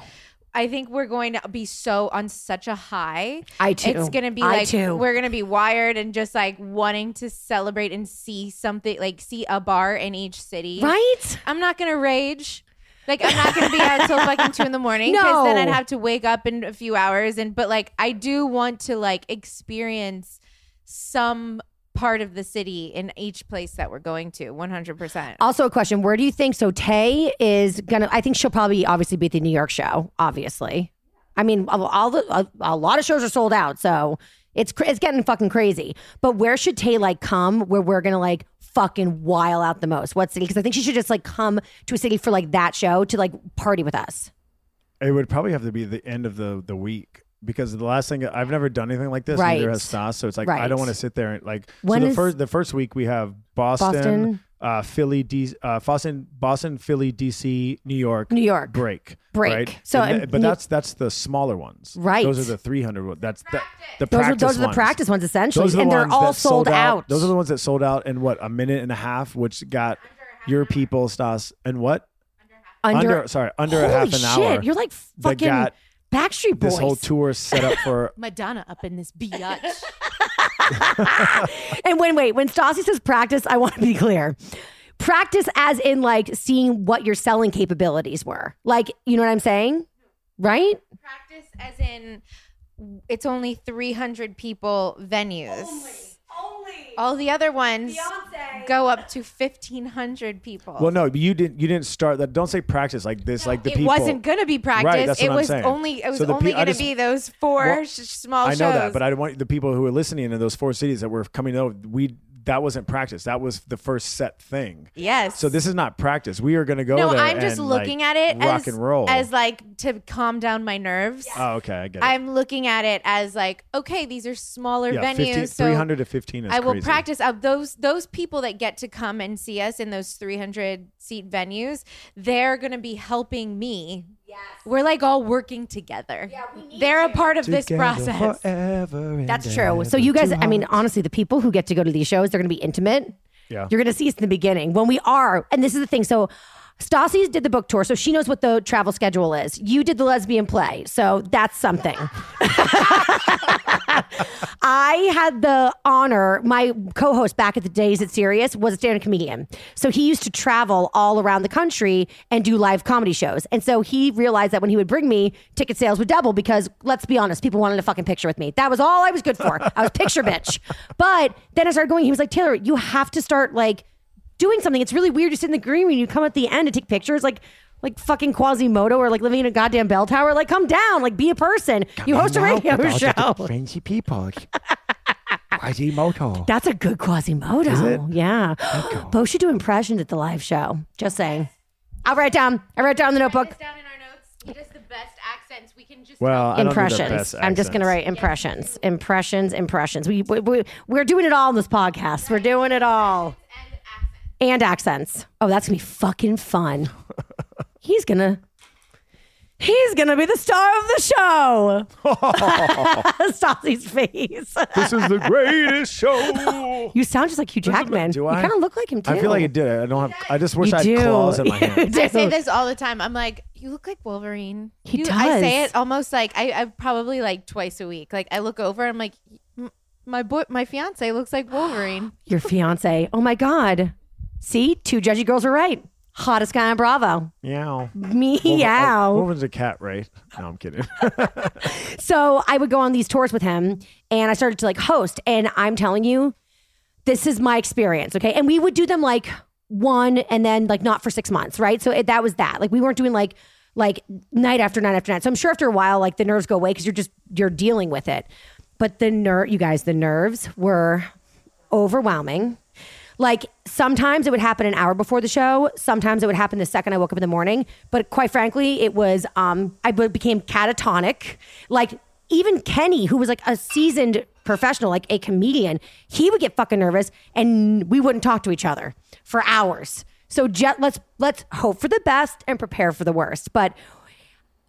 [SPEAKER 5] I think we're going to be so on such a high.
[SPEAKER 3] I too.
[SPEAKER 5] It's gonna be
[SPEAKER 3] I
[SPEAKER 5] like
[SPEAKER 3] too.
[SPEAKER 5] we're gonna be wired and just like wanting to celebrate and see something, like see a bar in each city.
[SPEAKER 3] right?
[SPEAKER 5] I'm not gonna rage. Like I'm not gonna be out till fucking two in the morning because then I'd
[SPEAKER 3] No.
[SPEAKER 5] have to wake up in a few hours. And but like I do want to like experience some part of the city in each place that we're going to. 100. percent
[SPEAKER 3] Also, a question: Where do you think? So Tay is gonna. I think she'll probably obviously be at the New York show. Obviously, I mean, all- all the a, a lot of shows are sold out, so it's cra- it's getting fucking crazy. But where should Tay like come? Where we're gonna like fucking while out the most? What city? Because I think she should just like come to a city for like that show to like party with us.
[SPEAKER 4] It would probably have to be the end of the the week because the last thing I've never done anything like this. Neither
[SPEAKER 3] Right.
[SPEAKER 4] has Stas, so it's like I
[SPEAKER 3] Right.
[SPEAKER 4] don't want to sit there and like.
[SPEAKER 3] When
[SPEAKER 4] so the
[SPEAKER 3] is-
[SPEAKER 4] first the first week we have Boston,
[SPEAKER 3] Boston.
[SPEAKER 4] Uh, Philly, D, uh, Boston, Boston, Philly, DC, New York,
[SPEAKER 3] New York.
[SPEAKER 4] break,
[SPEAKER 3] Break.
[SPEAKER 4] Right?
[SPEAKER 3] So,
[SPEAKER 4] And
[SPEAKER 3] and
[SPEAKER 4] th- but
[SPEAKER 3] New-
[SPEAKER 4] that's that's the smaller ones.
[SPEAKER 3] Right.
[SPEAKER 4] Those are the three hundred. ones. That's the, the
[SPEAKER 3] Those are
[SPEAKER 4] practice
[SPEAKER 3] those are the
[SPEAKER 4] ones.
[SPEAKER 3] practice ones essentially,
[SPEAKER 4] Those are the
[SPEAKER 3] and they're
[SPEAKER 4] ones
[SPEAKER 3] all
[SPEAKER 4] that
[SPEAKER 3] sold out.
[SPEAKER 4] Those are the ones that sold out in what a minute and a half, which got your people, Stas, and what
[SPEAKER 3] under,
[SPEAKER 4] sorry under a
[SPEAKER 3] Holy
[SPEAKER 4] half an
[SPEAKER 3] shit,
[SPEAKER 4] hour.
[SPEAKER 3] You're like
[SPEAKER 4] They
[SPEAKER 3] fucking
[SPEAKER 4] got
[SPEAKER 3] Backstreet Boys.
[SPEAKER 4] this whole tour set up for
[SPEAKER 5] Madonna up in this biatch.
[SPEAKER 3] And when wait, when Stassi says practice, I want to be clear. Practice as in like seeing what your selling capabilities were. Like, you know what I'm saying? Right?
[SPEAKER 5] Practice as in it's only 300 people venues. Only. All the other ones go up to 1,500 people.
[SPEAKER 4] Well, no, but you didn't. You didn't start that. Don't say practice like this. like the
[SPEAKER 5] it
[SPEAKER 4] people.
[SPEAKER 5] wasn't gonna be practice.
[SPEAKER 4] Right, that's
[SPEAKER 5] it
[SPEAKER 4] what I'm
[SPEAKER 5] was
[SPEAKER 4] saying.
[SPEAKER 5] only it was
[SPEAKER 4] So the pe-
[SPEAKER 5] only
[SPEAKER 4] I
[SPEAKER 5] gonna
[SPEAKER 4] just-
[SPEAKER 5] be those four
[SPEAKER 4] Well,
[SPEAKER 5] sh- small
[SPEAKER 4] I know
[SPEAKER 5] shows.
[SPEAKER 4] that, but I want the people who are listening in those four cities that were coming over. We that wasn't practice. That was the first set thing.
[SPEAKER 5] Yes.
[SPEAKER 4] So this is not practice. We are going to go
[SPEAKER 5] no,
[SPEAKER 4] there.
[SPEAKER 5] I'm just
[SPEAKER 4] and,
[SPEAKER 5] looking
[SPEAKER 4] like,
[SPEAKER 5] at it
[SPEAKER 4] rock
[SPEAKER 5] as
[SPEAKER 4] and roll.
[SPEAKER 5] as like to calm down my nerves.
[SPEAKER 4] oh, okay, I get it.
[SPEAKER 5] I'm looking at it as like, okay, these are smaller
[SPEAKER 4] yeah,
[SPEAKER 5] venues,
[SPEAKER 4] 50
[SPEAKER 5] so
[SPEAKER 4] 300 to 15 is
[SPEAKER 5] I will
[SPEAKER 4] crazy.
[SPEAKER 5] practice out those those people that get to come and see us in those 300 seat venues. They're gonna be helping me. Yes. We're like all working together. Yeah, we need they're a part of this
[SPEAKER 4] Together
[SPEAKER 5] process.
[SPEAKER 4] forever and
[SPEAKER 3] That's true. So
[SPEAKER 4] ever.
[SPEAKER 3] you guys,
[SPEAKER 4] Two
[SPEAKER 3] I mean,
[SPEAKER 4] hearts.
[SPEAKER 3] honestly, the people who get to go to these shows, they're going to be intimate.
[SPEAKER 4] Yeah.
[SPEAKER 3] You're going to see us in the beginning when we are, and this is the thing. So Stassi's did the book tour, so she knows what the travel schedule is. You did the lesbian play, so that's something. I had the honor, my co host back at the days at Sirius was a stand up comedian. So he used to travel all around the country and do live comedy shows. And so he realized that when he would bring me, ticket sales would double because let's be honest, people wanted a fucking picture with me. That was all I was good for. I was picture bitch. But then I started going, he was like, Taylor, you have to start like doing something. It's really weird. You sit in the green room, you come at the end and take pictures like like fucking Quasimodo or like living in a goddamn bell tower. Like, come down, like be a person. you host a radio show.
[SPEAKER 6] Fancy people. Quasi moto.
[SPEAKER 3] That's a good Quasimodo. Yeah. Bo should do impressions at the live show. Just saying. I'll write it down. I write it down in the notebook.
[SPEAKER 5] down in our notes. He does the best accents. We can just
[SPEAKER 4] Well, I don't do the
[SPEAKER 3] Impressions.
[SPEAKER 4] best
[SPEAKER 3] I'm just going to
[SPEAKER 4] accents.
[SPEAKER 3] write impressions. Impressions, impressions. We, we, we, we're doing it all in this podcast. We're doing it all. And accents. Oh, that's going to be fucking fun. He's going to. He's gonna be the star of the show. Stassi's face.
[SPEAKER 4] This is the greatest show.
[SPEAKER 3] You sound just like Hugh Jackman.
[SPEAKER 4] Do I?
[SPEAKER 3] You kind of look like him too.
[SPEAKER 4] I feel like it did. I don't have. I just wish
[SPEAKER 3] you
[SPEAKER 4] I had
[SPEAKER 3] do.
[SPEAKER 4] claws in my
[SPEAKER 3] You
[SPEAKER 4] hand.
[SPEAKER 3] do.
[SPEAKER 5] I say this all the time. I'm like, you look like Wolverine.
[SPEAKER 3] He
[SPEAKER 5] you, I say
[SPEAKER 3] does.
[SPEAKER 5] it almost like I, I probably like twice a week. Like I look over, I'm like, "M- my boy, my fiance looks like Wolverine.
[SPEAKER 3] Your fiance. Oh my God. See, two judgy girls are right. Hottest guy on Bravo.
[SPEAKER 4] Meow.
[SPEAKER 3] Meow.
[SPEAKER 4] Wolverine's a cat, right? No, I'm kidding.
[SPEAKER 3] So I would go on these tours with him and I started to like host. And I'm telling you, this is my experience. Okay. And we would do them like one and then like not for six months. Right. So it, that was that. Like we weren't doing like, like night after night after night. So I'm sure after a while, like the nerves go away because you're just, you're dealing with it. But the nerve, you guys, the nerves were overwhelming. Like sometimes it would happen an hour before the show. Sometimes it would happen the second I woke up in the morning. But quite frankly, it was um, I be- became catatonic. Like even Kenny, who was like a seasoned professional, like a comedian, he would get fucking nervous, and we wouldn't talk to each other for hours. So jet, let's let's hope for the best and prepare for the worst. But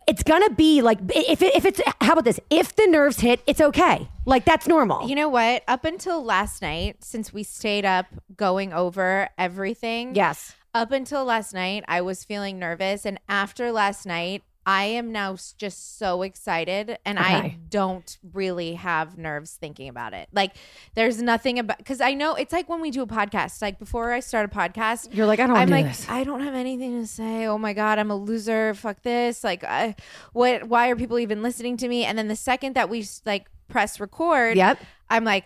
[SPEAKER 3] it's gonna be like if it, if it's how about this? If the nerves hit, it's okay. Like that's normal.
[SPEAKER 5] You know what? Up until last night, since we stayed up going over everything,
[SPEAKER 3] yes.
[SPEAKER 5] Up until last night, I was feeling nervous, and after last night. I am now s- just so excited and
[SPEAKER 3] Okay.
[SPEAKER 5] I don't really have nerves thinking about it. Like there's nothing about cuz I know it's like when we do a podcast, like before I start a podcast,
[SPEAKER 3] You're like, I don't wanna
[SPEAKER 5] I'm
[SPEAKER 3] do
[SPEAKER 5] like
[SPEAKER 3] this.
[SPEAKER 5] I don't have anything to say. Oh my god, I'm a loser. Fuck this. Like I, what why are people even listening to me? And then the second that we s- like press record,
[SPEAKER 3] Yep.
[SPEAKER 5] I'm like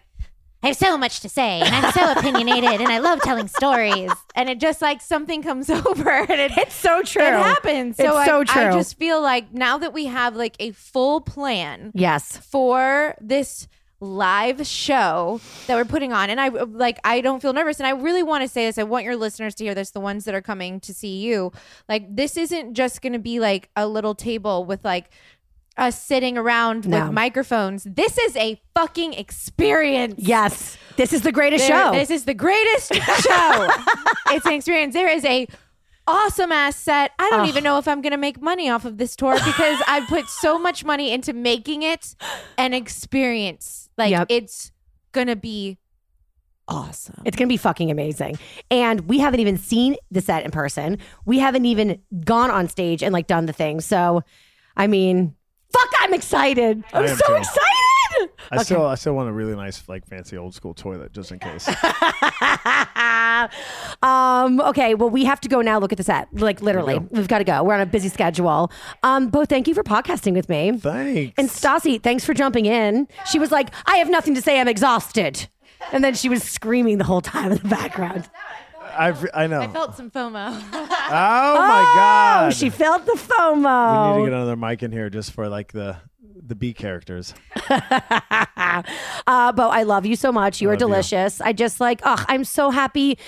[SPEAKER 5] I have so much to say, and I'm so opinionated, and I love telling stories. And it just like something comes over, and it,
[SPEAKER 3] It's so true.
[SPEAKER 5] It happens. So,
[SPEAKER 3] It's
[SPEAKER 5] I,
[SPEAKER 3] so
[SPEAKER 5] I
[SPEAKER 3] true.
[SPEAKER 5] just feel like now that we have like a full plan
[SPEAKER 3] Yes.
[SPEAKER 5] for this live show that we're putting on, and I like I don't feel nervous, and I really want to say this. I want your listeners to hear this, the ones that are coming to see you. Like this isn't just going to be like a little table with like. Us sitting around
[SPEAKER 3] No.
[SPEAKER 5] with microphones. This is a fucking experience.
[SPEAKER 3] Yes. This is the greatest
[SPEAKER 5] There-
[SPEAKER 3] show.
[SPEAKER 5] This is the greatest show. it's an experience. There is a awesome ass set. I don't even know if I'm gonna make money off of this tour because I put so much money into making it an experience. Like
[SPEAKER 3] Yep.
[SPEAKER 5] it's gonna be awesome.
[SPEAKER 3] it's going to be fucking amazing. And we haven't even seen the set in person. We haven't even gone on stage and like done the thing. So, I mean, fuck, I'm excited.
[SPEAKER 4] I
[SPEAKER 3] I'm
[SPEAKER 4] am
[SPEAKER 3] so
[SPEAKER 4] too.
[SPEAKER 3] excited.
[SPEAKER 4] I still, I still want a really nice, like, fancy old school toilet, just in case.
[SPEAKER 3] um, okay, well, we have to go now. Look at the set. Like, literally, we've got to go. We're on a busy schedule. Um, Bo, thank you for podcasting with me.
[SPEAKER 4] Thanks.
[SPEAKER 3] And Stasi, thanks for jumping in. She was like, I have nothing to say. I'm exhausted. And then she was screaming the whole time in the background.
[SPEAKER 4] I've, I know.
[SPEAKER 5] I felt some FOMO.
[SPEAKER 4] oh my god.
[SPEAKER 3] Oh, she felt the
[SPEAKER 4] we need to
[SPEAKER 3] FOMO.
[SPEAKER 5] oh.
[SPEAKER 4] get another mic in here just for like the the B characters.
[SPEAKER 3] uh, Bo, I love you so much. You are
[SPEAKER 4] love you.
[SPEAKER 3] delicious. I just like, oh, I'm so happy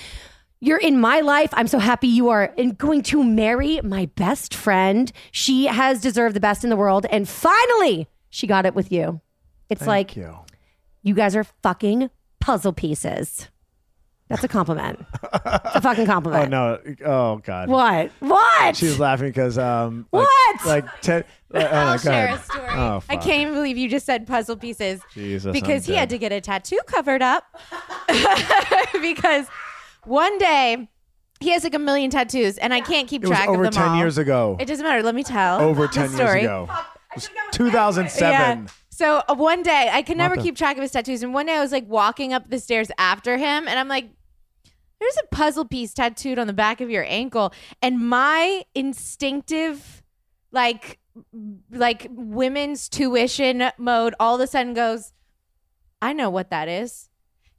[SPEAKER 3] you're in my life. I'm so happy you are in going to marry my best friend. She has deserved the best in the world. And finally, she got it with you. It's like,
[SPEAKER 4] Thank you.
[SPEAKER 3] you guys are fucking puzzle pieces. That's a compliment. it's a fucking
[SPEAKER 4] Oh
[SPEAKER 3] compliment.
[SPEAKER 4] no! Oh god!
[SPEAKER 3] What? What?
[SPEAKER 4] She's laughing because um. like-
[SPEAKER 3] What?
[SPEAKER 4] Like, ten. like, oh,
[SPEAKER 5] I'll
[SPEAKER 4] go
[SPEAKER 5] share
[SPEAKER 4] ahead.
[SPEAKER 5] a story.
[SPEAKER 4] Oh,
[SPEAKER 5] I
[SPEAKER 4] fuck.
[SPEAKER 5] can't even believe you just said puzzle pieces
[SPEAKER 4] Jesus,
[SPEAKER 5] because
[SPEAKER 4] I'm
[SPEAKER 5] he had
[SPEAKER 4] dead.
[SPEAKER 5] to get a tattoo covered up. because one day he has like a million tattoos, and I can't keep
[SPEAKER 4] It was
[SPEAKER 5] track
[SPEAKER 4] over
[SPEAKER 5] of them
[SPEAKER 4] ten
[SPEAKER 5] all.
[SPEAKER 4] years ago.
[SPEAKER 5] It doesn't matter. Let me tell
[SPEAKER 4] over
[SPEAKER 5] the
[SPEAKER 4] ten years
[SPEAKER 5] story.
[SPEAKER 4] ago. It was 2007.
[SPEAKER 5] Yeah. So uh, one day I could never
[SPEAKER 4] the-
[SPEAKER 5] keep track of his tattoos, and one day I was like walking up the stairs after him, and I'm like, "There's a puzzle piece tattooed on the back of your ankle," and my instinctive, like, like women's tuition mode, all of a sudden goes, "I know what that is."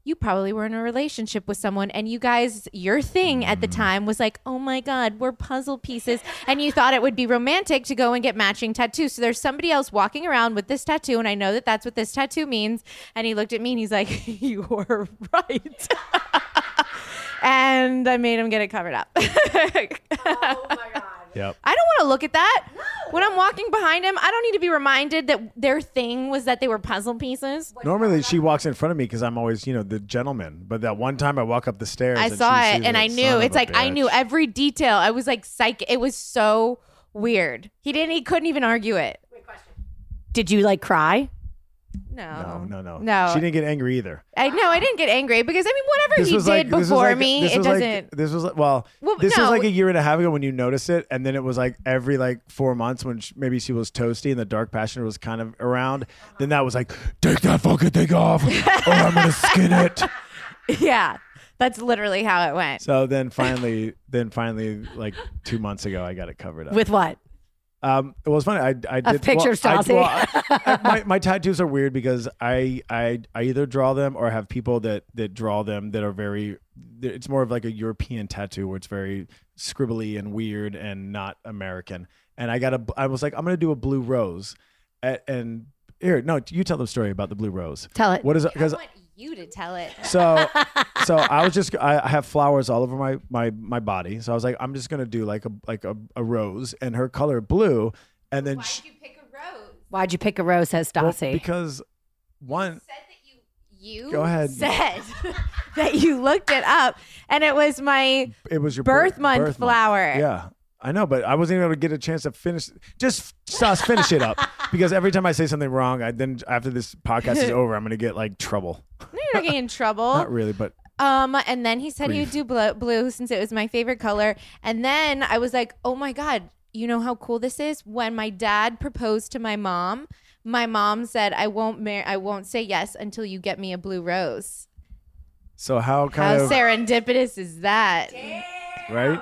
[SPEAKER 5] You probably were in a relationship with someone, and you guys, your thing at the time was like, oh my God, we're puzzle pieces. And you thought it would be romantic to go and get matching tattoos. So there's somebody else walking around with this tattoo, and I know that that's what this tattoo means. And he looked at me and he's like, you were right. and I made him get it covered up.
[SPEAKER 4] Yep.
[SPEAKER 5] I don't want to look at that. When I'm walking behind him, I don't need to be reminded that their thing was that they were puzzle pieces.
[SPEAKER 4] Normally she walks in front of me because I'm always, you know, the gentleman. But that one time I walk up the stairs,
[SPEAKER 5] I
[SPEAKER 4] and
[SPEAKER 5] saw
[SPEAKER 4] she
[SPEAKER 5] it
[SPEAKER 4] sees
[SPEAKER 5] and I knew.
[SPEAKER 4] Son of
[SPEAKER 5] It's
[SPEAKER 4] a
[SPEAKER 5] like I knew
[SPEAKER 4] bitch.
[SPEAKER 5] every detail. I was like psych. It was so weird. He didn't. He couldn't even argue it.
[SPEAKER 3] Did you like cry?
[SPEAKER 5] No.
[SPEAKER 4] No, no, no,
[SPEAKER 5] No.
[SPEAKER 4] She didn't get angry either.
[SPEAKER 5] I no. I didn't get angry because I mean whatever he did
[SPEAKER 4] this was
[SPEAKER 5] before
[SPEAKER 4] like-
[SPEAKER 5] me,
[SPEAKER 4] this
[SPEAKER 5] it
[SPEAKER 4] was like-
[SPEAKER 5] doesn't.
[SPEAKER 4] this was like, well,
[SPEAKER 5] Well,
[SPEAKER 4] this
[SPEAKER 5] no.
[SPEAKER 4] was like a year and a half ago when you noticed it, and then it was like every like four months when she, maybe she was toasty and the dark passion was kind of around. Then that was like, take that fucking thing off, or I'm gonna skin it.
[SPEAKER 5] yeah, that's literally how it went.
[SPEAKER 4] So then finally, then finally, like two months ago, I got it covered up.
[SPEAKER 3] With what?
[SPEAKER 4] Um, well, it's funny. I, I did
[SPEAKER 3] picture
[SPEAKER 4] well, I-
[SPEAKER 3] Stassi.
[SPEAKER 4] well, I- my, my tattoos are weird because I, I I either draw them or have people that that draw them that are very. It's more of like a European tattoo where it's very scribbly and weird and not American. And I got a. I was like, I'm gonna do a blue rose, and, and here, no, you tell the story about the blue rose.
[SPEAKER 3] Tell it.
[SPEAKER 4] What is it? Because
[SPEAKER 5] you to tell it.
[SPEAKER 4] so, so I was just I I have flowers all over my my my body. So I was like, I'm just gonna do like a like a, a rose and her color blue, and then she,
[SPEAKER 5] you pick a rose?
[SPEAKER 3] Why'd you pick a rose, says
[SPEAKER 4] well,
[SPEAKER 3] Stassi?
[SPEAKER 4] because one
[SPEAKER 5] Said that you you
[SPEAKER 4] Go ahead.
[SPEAKER 5] said that you looked it up, and it was my
[SPEAKER 4] it was your
[SPEAKER 5] birth month flower.
[SPEAKER 4] Yeah. I know, but I wasn't even able to get a chance to finish. Just Stas, finish it up, because every time I say something wrong, I then after this podcast is over, I'm gonna get like trouble.
[SPEAKER 5] You're not getting in trouble.
[SPEAKER 4] Not really, but
[SPEAKER 5] Um, and then he said he'd do blue, blue since it was my favorite color. And then I was like, oh my God, you know how cool this is? When my dad proposed to my mom, my mom said, I won't mar- I won't say yes until you get me a blue rose.
[SPEAKER 4] so how
[SPEAKER 5] How
[SPEAKER 4] kind of
[SPEAKER 5] serendipitous is that?
[SPEAKER 4] right?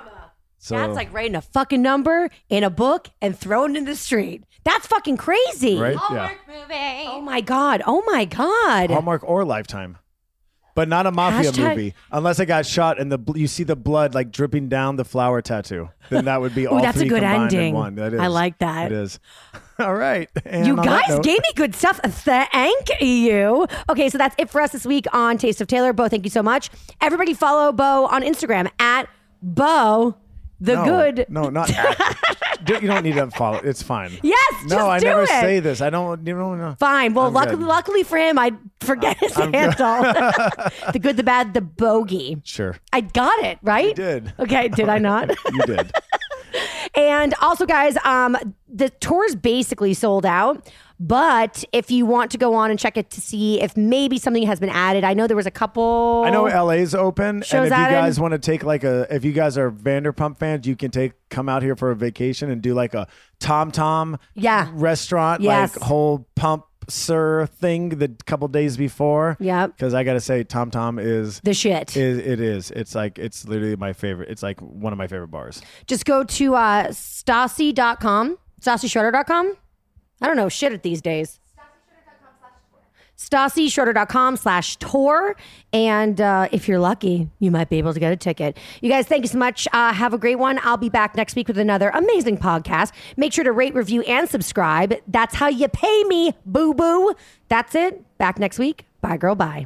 [SPEAKER 4] So
[SPEAKER 3] That's like writing a fucking number in a book and throwing it in the street. That's fucking crazy.
[SPEAKER 4] right, yeah.
[SPEAKER 3] Oh my God. Oh my God.
[SPEAKER 4] Hallmark or Lifetime, but not a mafia
[SPEAKER 3] Hashtag-
[SPEAKER 4] movie unless it got shot and the bl- you see the blood like dripping down the flower tattoo. Then that would be all
[SPEAKER 3] that's a
[SPEAKER 4] three
[SPEAKER 3] good
[SPEAKER 4] combined in
[SPEAKER 3] ending.
[SPEAKER 4] one. That is,
[SPEAKER 3] I like that.
[SPEAKER 4] It is. all right, and
[SPEAKER 3] you
[SPEAKER 4] on that
[SPEAKER 3] guys
[SPEAKER 4] note-
[SPEAKER 3] gave me good stuff. Thank you. Okay, so that's it for us this week on Taste of Taylor. Bo, thank you so much. Everybody follow Bo on Instagram at Bo the
[SPEAKER 4] no,
[SPEAKER 3] Good.
[SPEAKER 4] No, not. Do- you don't need to follow. It's fine.
[SPEAKER 3] Yes,
[SPEAKER 4] No,
[SPEAKER 3] just
[SPEAKER 4] I
[SPEAKER 3] do
[SPEAKER 4] never
[SPEAKER 3] it.
[SPEAKER 4] say this. I don't. You don't know.
[SPEAKER 3] Fine. Well,
[SPEAKER 4] I'm
[SPEAKER 3] luck-
[SPEAKER 4] good.
[SPEAKER 3] luckily for him, I forget his handle. the good, the bad, the bogey.
[SPEAKER 4] Sure,
[SPEAKER 3] I got it, right?
[SPEAKER 4] did.
[SPEAKER 3] Okay, did I not?
[SPEAKER 4] you did.
[SPEAKER 3] And also, guys, um, the tour's basically sold out. But if you want to go on and check it to see if maybe something has been added, I know there was a couple.
[SPEAKER 4] I know LA's open, and
[SPEAKER 3] Shows
[SPEAKER 4] if you
[SPEAKER 3] added.
[SPEAKER 4] guys want to take like a, if you guys are Vanderpump fans, you can take come out here for a vacation and do like a Tom Tom,
[SPEAKER 3] Yeah.
[SPEAKER 4] restaurant,
[SPEAKER 3] Yes.
[SPEAKER 4] like whole pump sir thing the couple days before.
[SPEAKER 3] Yep.
[SPEAKER 4] because I gotta say, Tom Tom is.
[SPEAKER 3] The shit.
[SPEAKER 4] is it is. It's like it's literally my favorite. It's like one of my favorite bars.
[SPEAKER 3] Just go to uh, Stassi.com, StassiShredder.com. I don't know shit at these days. StasiShorter.com slash tour. And uh, if you're lucky, you might be able to get a ticket. You guys, thank you so much. Uh, have a great one. I'll be back next week with another amazing podcast. Make sure to rate, review, and subscribe. That's how you pay me, boo boo. That's it. Back next week. Bye, girl. Bye.